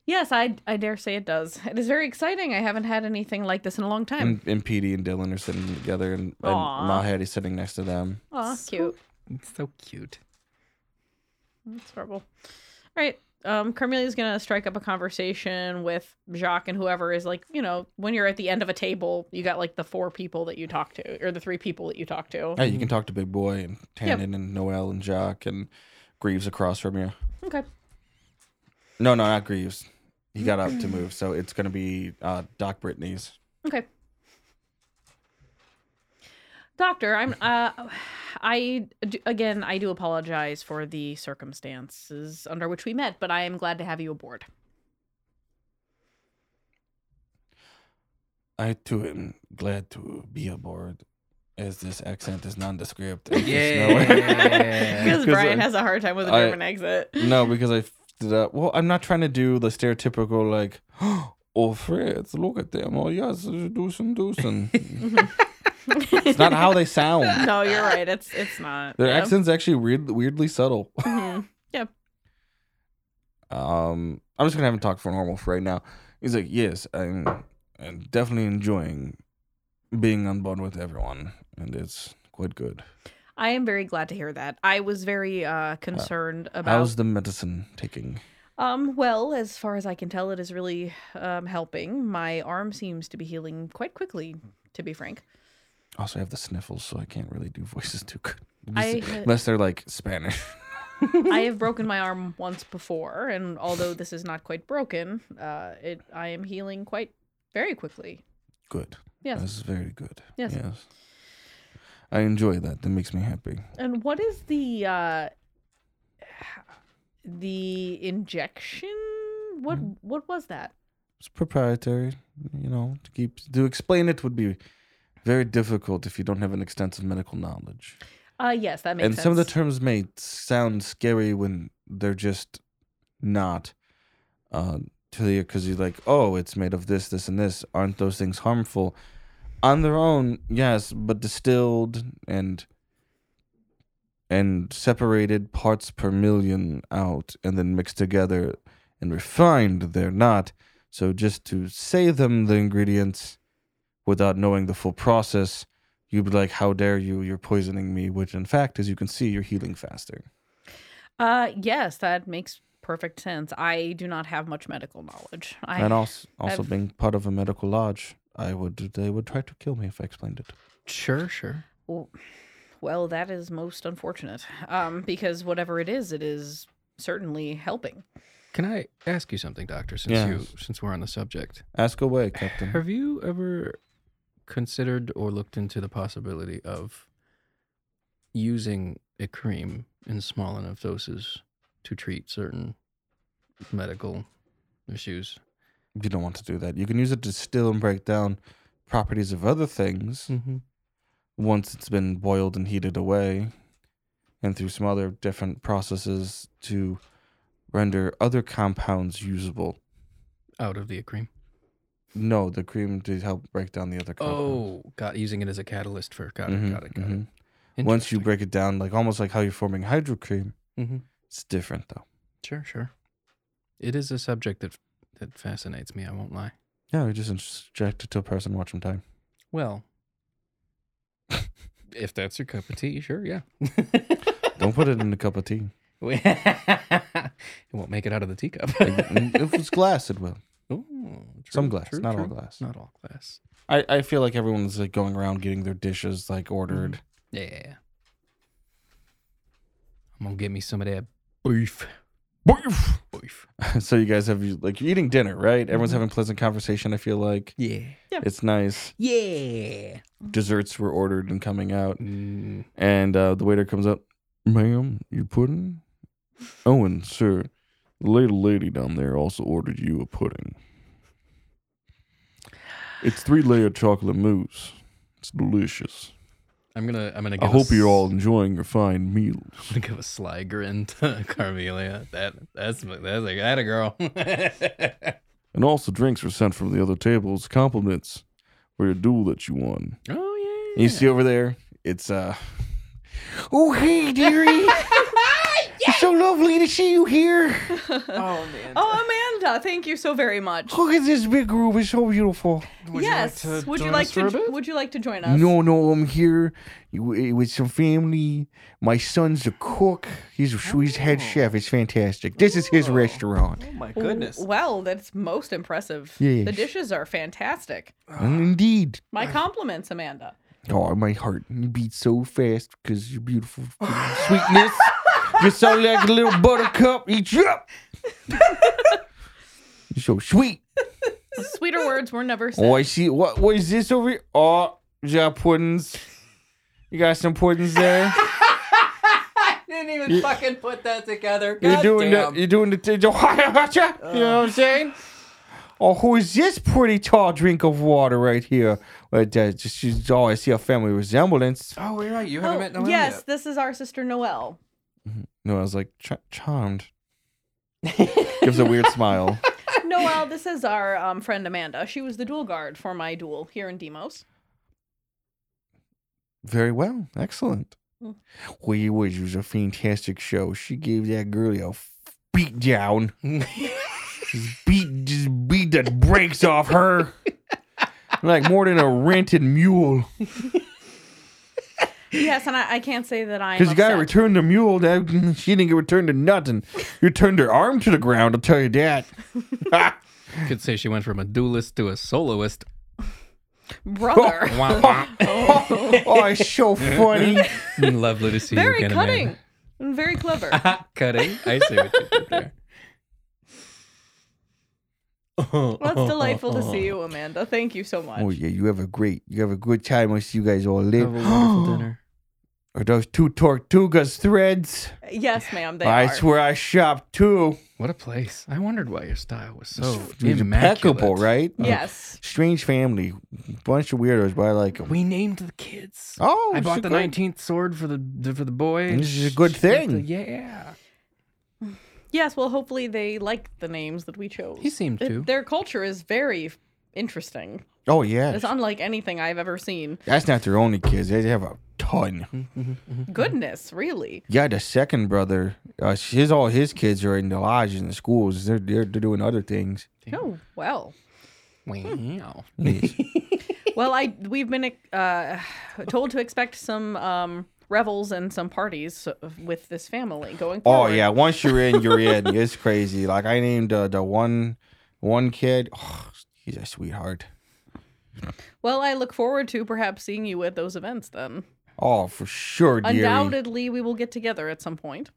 yes, I I dare say it does. It is very exciting. I haven't had anything like this in a long time. and, and Petey and dylan are sitting together and, and Aw. mahat's sitting next to them Aw, cute. It's so cute. It's horrible. All right. Um, Carmelia's gonna strike up a conversation with Jacques and whoever is like, you know, when you're at the end of a table, you got like the four people that you talk to, or the three people that you talk to. hey you can talk to big boy and Mm-hmm. Yep. Tannen and noel and jacques and greaves across from you Okay. no no not greaves he got up to move so it's gonna be uh doc brittany's Okay. Doctor, I'm uh I d- again, I do apologize for the circumstances under which we met, but I am glad to have you aboard. I too am glad to be aboard, as this accent is nondescript. and there's no- Yeah. Because 'Cause Brian I- has a hard time with a I- German exit. no, because I f***ed it up. Well, I'm not trying to do the stereotypical like, oh Fritz, look at them. Oh yes, doosin doosin. it's not how they sound. Mm-hmm. No, you're right. It's it's not. Their Yeah. accent's actually weird, weirdly subtle. Mhm. Yep. Um, I'm just gonna have him talk for normal for right now. He's like, yes, I'm, I'm definitely enjoying being on board with everyone, and it's quite good. I am very glad to hear that. I was very uh, concerned about. How's the medicine taking? Um, well, as far as I can tell, it is really um, helping. My arm seems to be healing quite quickly, to be frank. Also, I have the sniffles, so I can't really do voices too good. I- uh, Unless they're like Spanish. I have broken my arm once before, and although this is not quite broken, uh, it I am healing quite very quickly. Good. Yes. That's very good. Yes. Yes. I enjoy that. That makes me happy. And what is the uh, the injection? What Mm-hmm. what was that? It's proprietary, you know, to keep to explain it would be very difficult if you don't have an extensive medical knowledge. Uh, yes, that makes and sense. some of the terms may sound scary when they're just not uh, to you because you're like oh it's made of this this and this aren't those things harmful on their own yes but distilled and and separated parts per million out and then mixed together and refined they're not so just to say them the ingredients without knowing the full process you'd be like, "How dare you? You're poisoning me." Which, in fact, as you can see, you're healing faster. Uh, yes, that makes perfect sense. I do not have much medical knowledge. I and also, also I've- being part of a medical lodge, I would they would try to kill me if I explained it. Sure, sure. Well, well, that is most unfortunate. Um, because whatever it is, it is certainly helping. Can I ask you something, Doctor? Since you since we're on the subject, Ask away, Captain. have you ever considered or looked into the possibility of using a cream in small enough doses to treat certain medical issues? you don't want to do that. You can use it to distill and break down properties of other things Mm-hmm. once it's been boiled and heated away, and through some other different processes to render other compounds usable. Out of the cream. No, the cream to help break down the other compounds. Oh, got using it as a catalyst for. Got Mhm, it. Got it. Got mhm. it. Once you Interesting. break it down, like almost like how you're forming hydro cream, Mhm. it's different though. Sure, sure. It is a subject that that fascinates me. I won't lie. Yeah, we just inject it to a person, watch them die. Well, if that's your cup of tea, sure, yeah. Don't put it in a cup of tea. it won't make it out of the teacup. Like, if it's glass, it will. Ooh, Some true, glass, true, not all true. glass. Not all glass. I, I feel like everyone's like going around getting their dishes like ordered. Yeah, yeah, yeah. I'm gonna get me some of that beef. Beef. Beef. so you guys have you- like you're eating dinner, right? Everyone's having pleasant conversation. I feel like Yeah. it's nice. Yeah. Mm-hmm. Desserts were ordered and coming out, Mm, and uh, the waiter comes up. Ma'am, you pudding? Oh, and sir, the little lady down there also ordered you a pudding. It's three layered chocolate mousse. It's delicious. I'm gonna. I'm gonna. I Give hope a you're s- all enjoying your fine meals. I'm gonna give a sly grin to Carmelia. That that's that's like that a Oh, girl. And also, drinks were sent from the other tables, compliments for your duel that you won. oh yeah. And You see over there, it's uh. Oh hey, dearie! It's so lovely to see you here. Oh, Amanda. Oh, Amanda, thank you so very much. Look at this big room; it's so beautiful. yes. would you like to jo- would you like to join us? No, no, I'm here w- with some family. My son's a cook. He's he's head chef. It's fantastic. This is his restaurant. my W- Well, that's most impressive. The Yes. dishes are fantastic. Indeed. My compliments, Amanda. Oh, my heart beats so fast because your beautiful sweetness. You're so like a little buttercup. Eat you up. You're so sweet. Sweeter words were never said. Oh, I see. What? What is this over here? Oh, you got puddings. You got some puddings there. I didn't even fucking put that together. You're doing the you're doing the thing. you know what I'm saying? Oh, who is this pretty tall drink of water right here? Well, that just she's oh, I see a family resemblance. Oh, you're right. You haven't Oh, met Noel yes, this is our sister Noelle. No, I was like Ch- charmed. Gives a weird smile. Noelle, this is our um, friend Amanda. She was the duel guard for my duel here in Demos. Very well, excellent. Mm. Well, it was, it was a fantastic show. She gave that girlie a f- beat down. just beat, just beat the brakes off her. Like more than a rented mule. yes, and I, I can't say that I'm. Because you gotta upset. return the mule. That she didn't get returned to nothing. You turned her arm to the ground. I'll tell you that. Could say she went from a duelist to a soloist. brother. Wah, wah. oh, it's so funny. Mm, Lovely to see very you again, Amanda. cutting, and very clever. cutting. I see what you did there. well, it's delightful to see you, Amanda. Thank you so much. oh yeah, you have a great, you have a good time. I see you guys all Have a Oh. live. wonderful dinner. Are those two tortugas threads? Yes, ma'am. They I are. swear I shopped too. What a place. I wondered why your style was so It's impeccable, immaculate. right? Yes. Strange family, bunch of weirdos, but I like 'em. We named the kids. Oh, I it's bought a the good- nineteenth sword for the the- for the boy. This is a good thing. Yeah, Yes. Well, hopefully they like the names that we chose. he seemed Th- to. Their culture is very f- interesting. Oh yeah, It's unlike anything I've ever seen. that's not their only kids. They have a ton. Goodness, really? Yeah, the second brother, uh, his all his kids are in the lodges and the schools. They're they're, they're doing other things. Oh well. Hmm. Wow. Well, I we've been uh, told to expect some um, revels and some parties with this family going. Oh Forward. yeah, once you're in, you're in. It's crazy. Like I named uh, the one one kid. Oh, he's a sweetheart. Well, I look forward to perhaps seeing you at those events. Then, Oh, for sure, dearie. undoubtedly, we will get together at some point.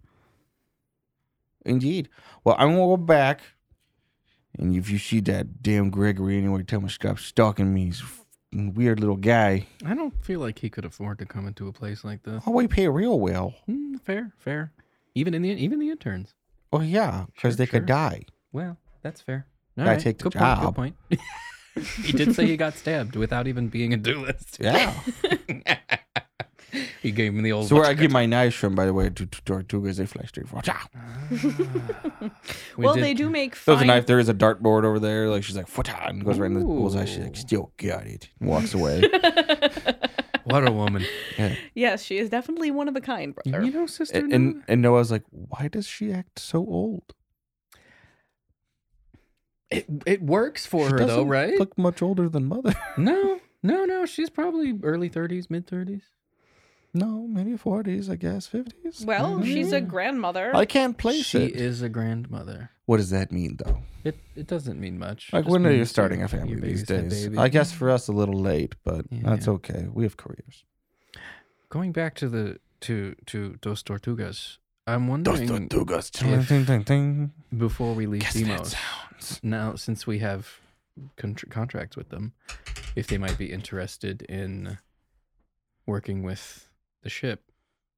Indeed. Well, I'm gonna go back, and if you see that damn Gregory anywhere, tell him to stop stalking me. He's a f***ing weird little guy. I don't feel like he could afford to come into a place like this. Oh, we pay real well. Mm, fair, fair. Even in the even the interns. Oh yeah, because Sure, they sure. could die. Well, that's fair. All Gotta take the good job. Point, good point. he did say he got stabbed without even being a duelist. Yeah. He gave him the old. so where I get my knives from, by the way, to to tortugas, they fly straight forward. Ah. We well, did- they do make There's a fine. knife. There is a dartboard over there. Like she's like, "Futa," and goes right in the bullseye. She's like, Ooh. "Still got it." and walks away. What a woman. yes, she is definitely one of a kind, brother. you know, sister. and, Noah? and and Noah's like, "Why does she act so old?" It, it works for She her though, doesn't right? Look much older than mother. No, no, no. She's probably early 30s, mid 30s. no, maybe forties, I guess, fifties. Well, she's Mm-hmm. a grandmother. I can't place She it. is a grandmother. What does that mean, though? It it doesn't mean much. Like, Just when are you means starting your- a family your these baby's had days? baby. I guess for us, a little late, but that's Yeah. okay. We have careers. going back to the to to Dos Tortugas. I'm wondering tortugas. if- Ding, ding, ding. before we leave Guess that Demos sounds. now, since we have contr contracts with them, if they might be interested in working with the ship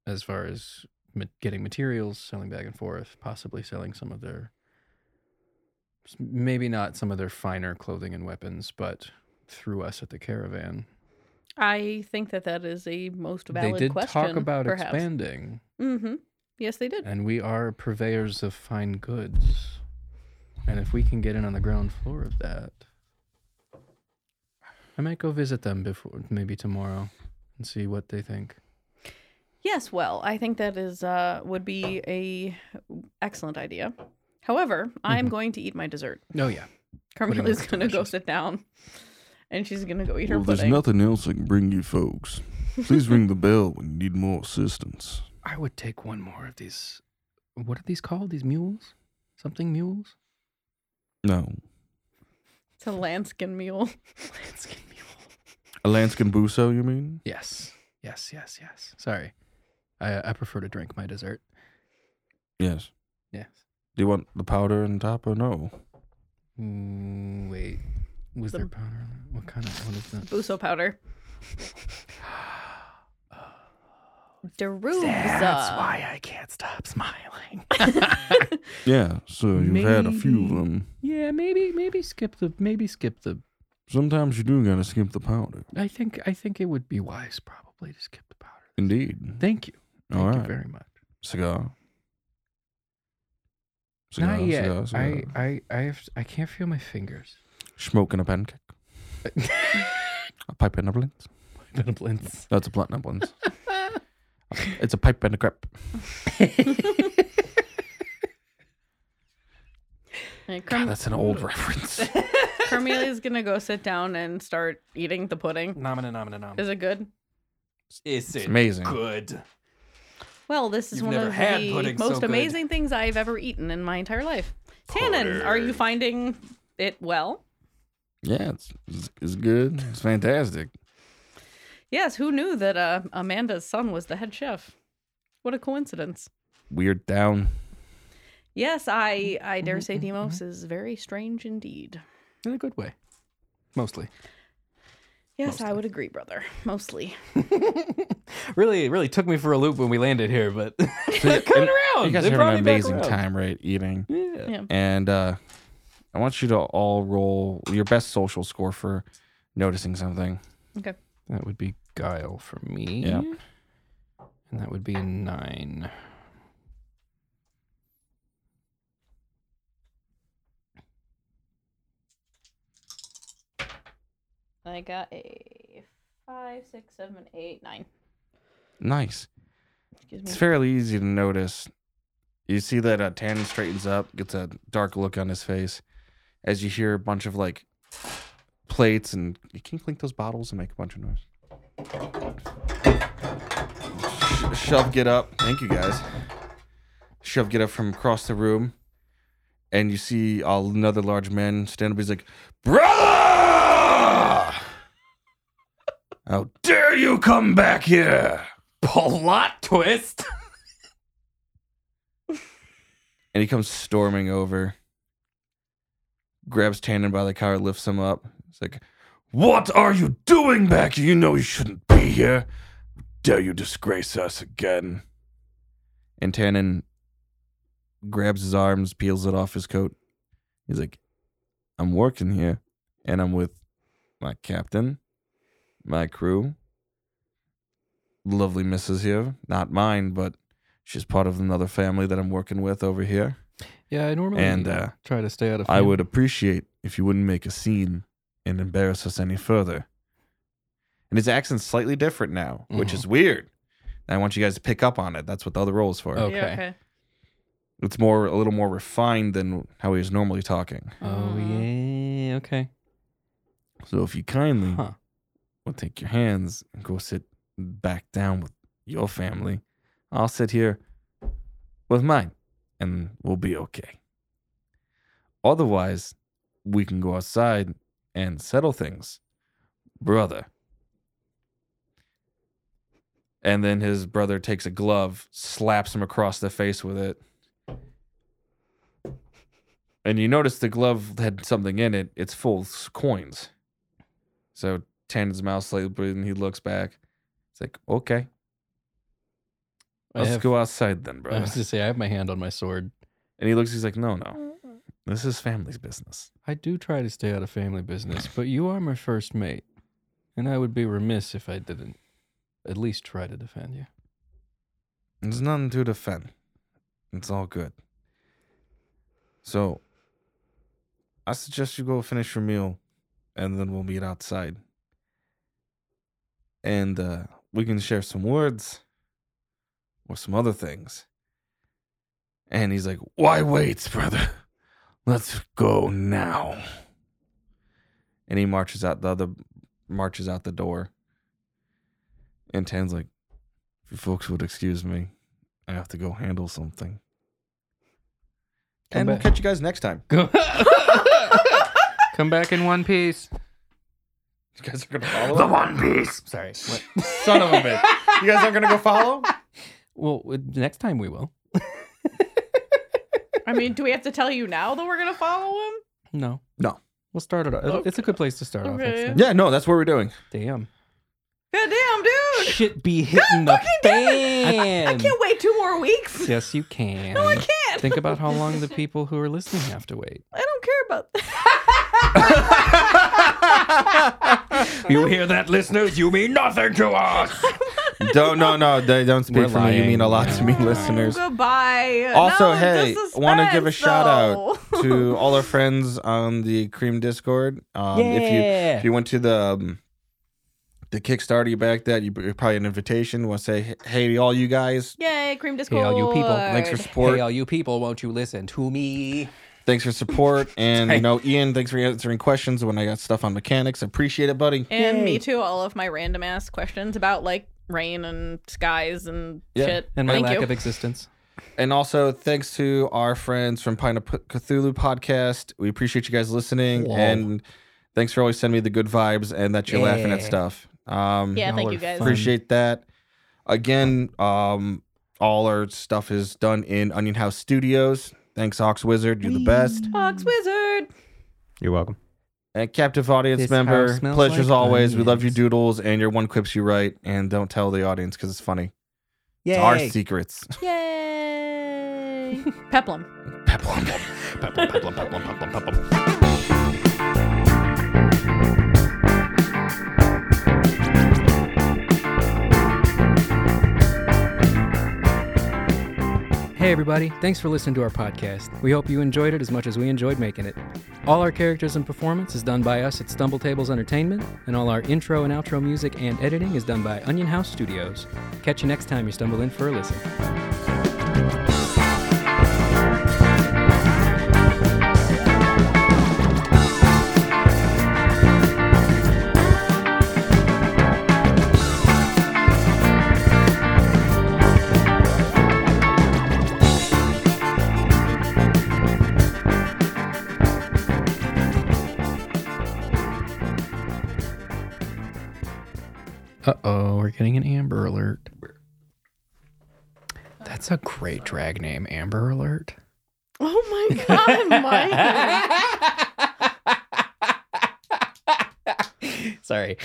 as far as ma- getting materials, selling back and forth, possibly selling some of their s- maybe not some of their finer clothing and weapons, but through us at the caravan. I think that that is a most valid they did question. talk about perhaps. expanding, Mm-hmm. Yes, they did. and we are purveyors of fine goods. And if we can get in on the ground floor of that, I might go visit them before maybe tomorrow and see what they think. Yes, well, I think that is uh, would be a excellent idea. However, I'm Mm-hmm. going to eat my dessert. Oh yeah, Carmela Pudding is looks going to go delicious. sit down, and she's going to go eat her there's pudding. nothing else I can bring you folks. Please ring the bell when you need more assistance. I would take one more of these. What are these called? These mules? Something mules? No. It's a lambskin mule. Landskin mule. A Lanskin Buso, you mean? Yes, yes, yes, yes. Sorry, I I prefer to drink my dessert. Yes. Yes. Do you want the powder on top or no? Mm, Wait, was The- there powder? on that? What kind of what is that? Buso powder. Deruza. I can't stop smiling. Yeah, so you've had a few of Maybe. them. yeah, maybe maybe skip the maybe skip the. Sometimes you do gotta skip the powder. I think I think it would be wise probably to skip the powder. Indeed. Thank you. Thank All you right. very much. Cigar. Cigar, Not yet. cigar, cigar. I I I have I can't feel my fingers. Smoking a pancake. a pipe and a blint. Blintz. That's a platinum blint. it's a pipe and a crap. And Carm- That's an old reference. Carmelia's going to go sit down and start eating the pudding. Nomina nomina nom. Is it good? Is it amazing. good? Well, this is You've one never of had the pudding so most good. amazing things I've ever eaten in my entire life. Tannen, are you finding it well? Yeah, it's, it's, it's good. It's fantastic. Yes, who knew that uh, Amanda's son was the head chef? What a coincidence. Weird down. Yes, I I dare say Demos is very strange indeed. in a good way, mostly. Yes, I would agree, brother. Mostly. Really, really took me for a loop when we landed here, but Coming around. You guys They are brought having an me back amazing around. time, right? Eating. yeah. And uh, I want you to all roll your best social score for noticing something. that would be guile for me. Yeah. and that would be a nine. I got a five, six, seven, eight, nine. Nice. Excuse It's me. fairly easy to notice. You see that uh, Tannen straightens up, gets a dark look on his face, as you hear a bunch of like plates and you can you clink those bottles and make a bunch of noise. Sh- Shove get up. Thank you guys. Shove get up from across the room, and you see uh, another large man stand up. He's like, "Brother, how dare you come back here!" Plot twist. and he comes storming over, grabs Tannen by the collar, lifts him up. It's like, What are you doing back here? You know you shouldn't be here. Dare you disgrace us again? and Tannen grabs his arms, peels it off his coat. He's like, I'm working here, and I'm with my captain, my crew, lovely Mrs. here, not mine, but she's part of another family that I'm working with over here. Yeah, I normally And, uh, try to stay out of. I fam- would appreciate if you wouldn't make a scene and embarrass us any further. And his accent's slightly different now, which is weird. And I want you guys to pick up on it. That's what the other roll is for. Oh. Yeah, Okay. okay. It's more a little more refined than how he is normally talking. Oh yeah. Okay. So if you kindly Huh. will take your hands and go sit back down with your family, I'll sit here with mine and we'll be okay. Otherwise, we can go outside and settle things, brother. And then his brother takes a glove, slaps him across the face with it. And you notice the glove had something in it. It's full of coins. So Tannen's mouth slightly breathing. He looks back. It's like, okay, I let's have, go outside then, bro. I was to say I have my hand on my sword. And he looks. He's like, no, no, this is family's business. I do try to stay out of family business, but you are my first mate, and I would be remiss if I didn't at least try to defend you. There's nothing to defend. It's all good. So, I suggest you go finish your meal, and then we'll meet outside. And uh, we can share some words or some other things. And he's like, Why wait, brother? Let's go now. and he marches out the other marches out the door. And Tan's like, if you folks would excuse me, I have to go handle something. Come and back. we'll catch you guys next time. Come back in one piece. You guys are gonna follow The him? One Piece. Sorry. Son of a bitch. You guys aren't gonna go follow? Well, uh, next time we will. I mean, do we have to tell you now that we're gonna follow him? No. No. We'll start it off. It's a good place to start off. Okay. I'd say. Yeah, no, that's what we're doing. Damn. God damn, dude! Shit be hitting the fan. I can't wait two more weeks. Yes, you can. No, I can't. Think about how long the people who are listening have to wait. I don't care about that. You hear that, listeners? You mean nothing to us. Don't no no, they don't We're speak for me. You mean a lot to me, listeners. Goodbye. Also, No, hey, just want to give a suspense, shout out though. to all our friends on the Cream Discord. Um, If you if you went to the um, the Kickstarter, you back that you you're probably an invitation. Want to say hey to all you guys. Yay, Cream Discord. Hey, all you people. Thanks for support. Hey, all you people, won't you listen to me? Thanks for support. And you know, Ian, thanks for answering questions when I got stuff on mechanics. Appreciate it, buddy. and me too, all of my random ass questions about like rain and skies and Yeah. shit. and my Thank lack you. of existence. And also, thanks to our friends from Pine of P- Cthulhu podcast. We appreciate you guys listening. Whoa. And thanks for always sending me the good vibes and that you're laughing at stuff. Um, yeah, Y'all thank are you guys. fun. Appreciate that. Again, um, all our stuff is done in Onion House Studios. Thanks, Ox Wizard. You're the best. Fox Wizard. You're welcome. And captive audience This member, house smells pleasure as like always. We love your onions. doodles and your one quips you write. And don't tell the audience because it's funny. Yay. It's our secrets. Yay. Peplum. Hey, everybody, thanks for listening to our podcast. We hope you enjoyed it as much as we enjoyed making it. All our characters and performance is done by us at Stumble Tables Entertainment, and all our intro and outro music and editing is done by Onion House Studios. Catch you next time you stumble in for a listen. Uh oh, we're getting an Amber Alert. That's a great drag name, Amber Alert. Oh my god, Mike. Sorry.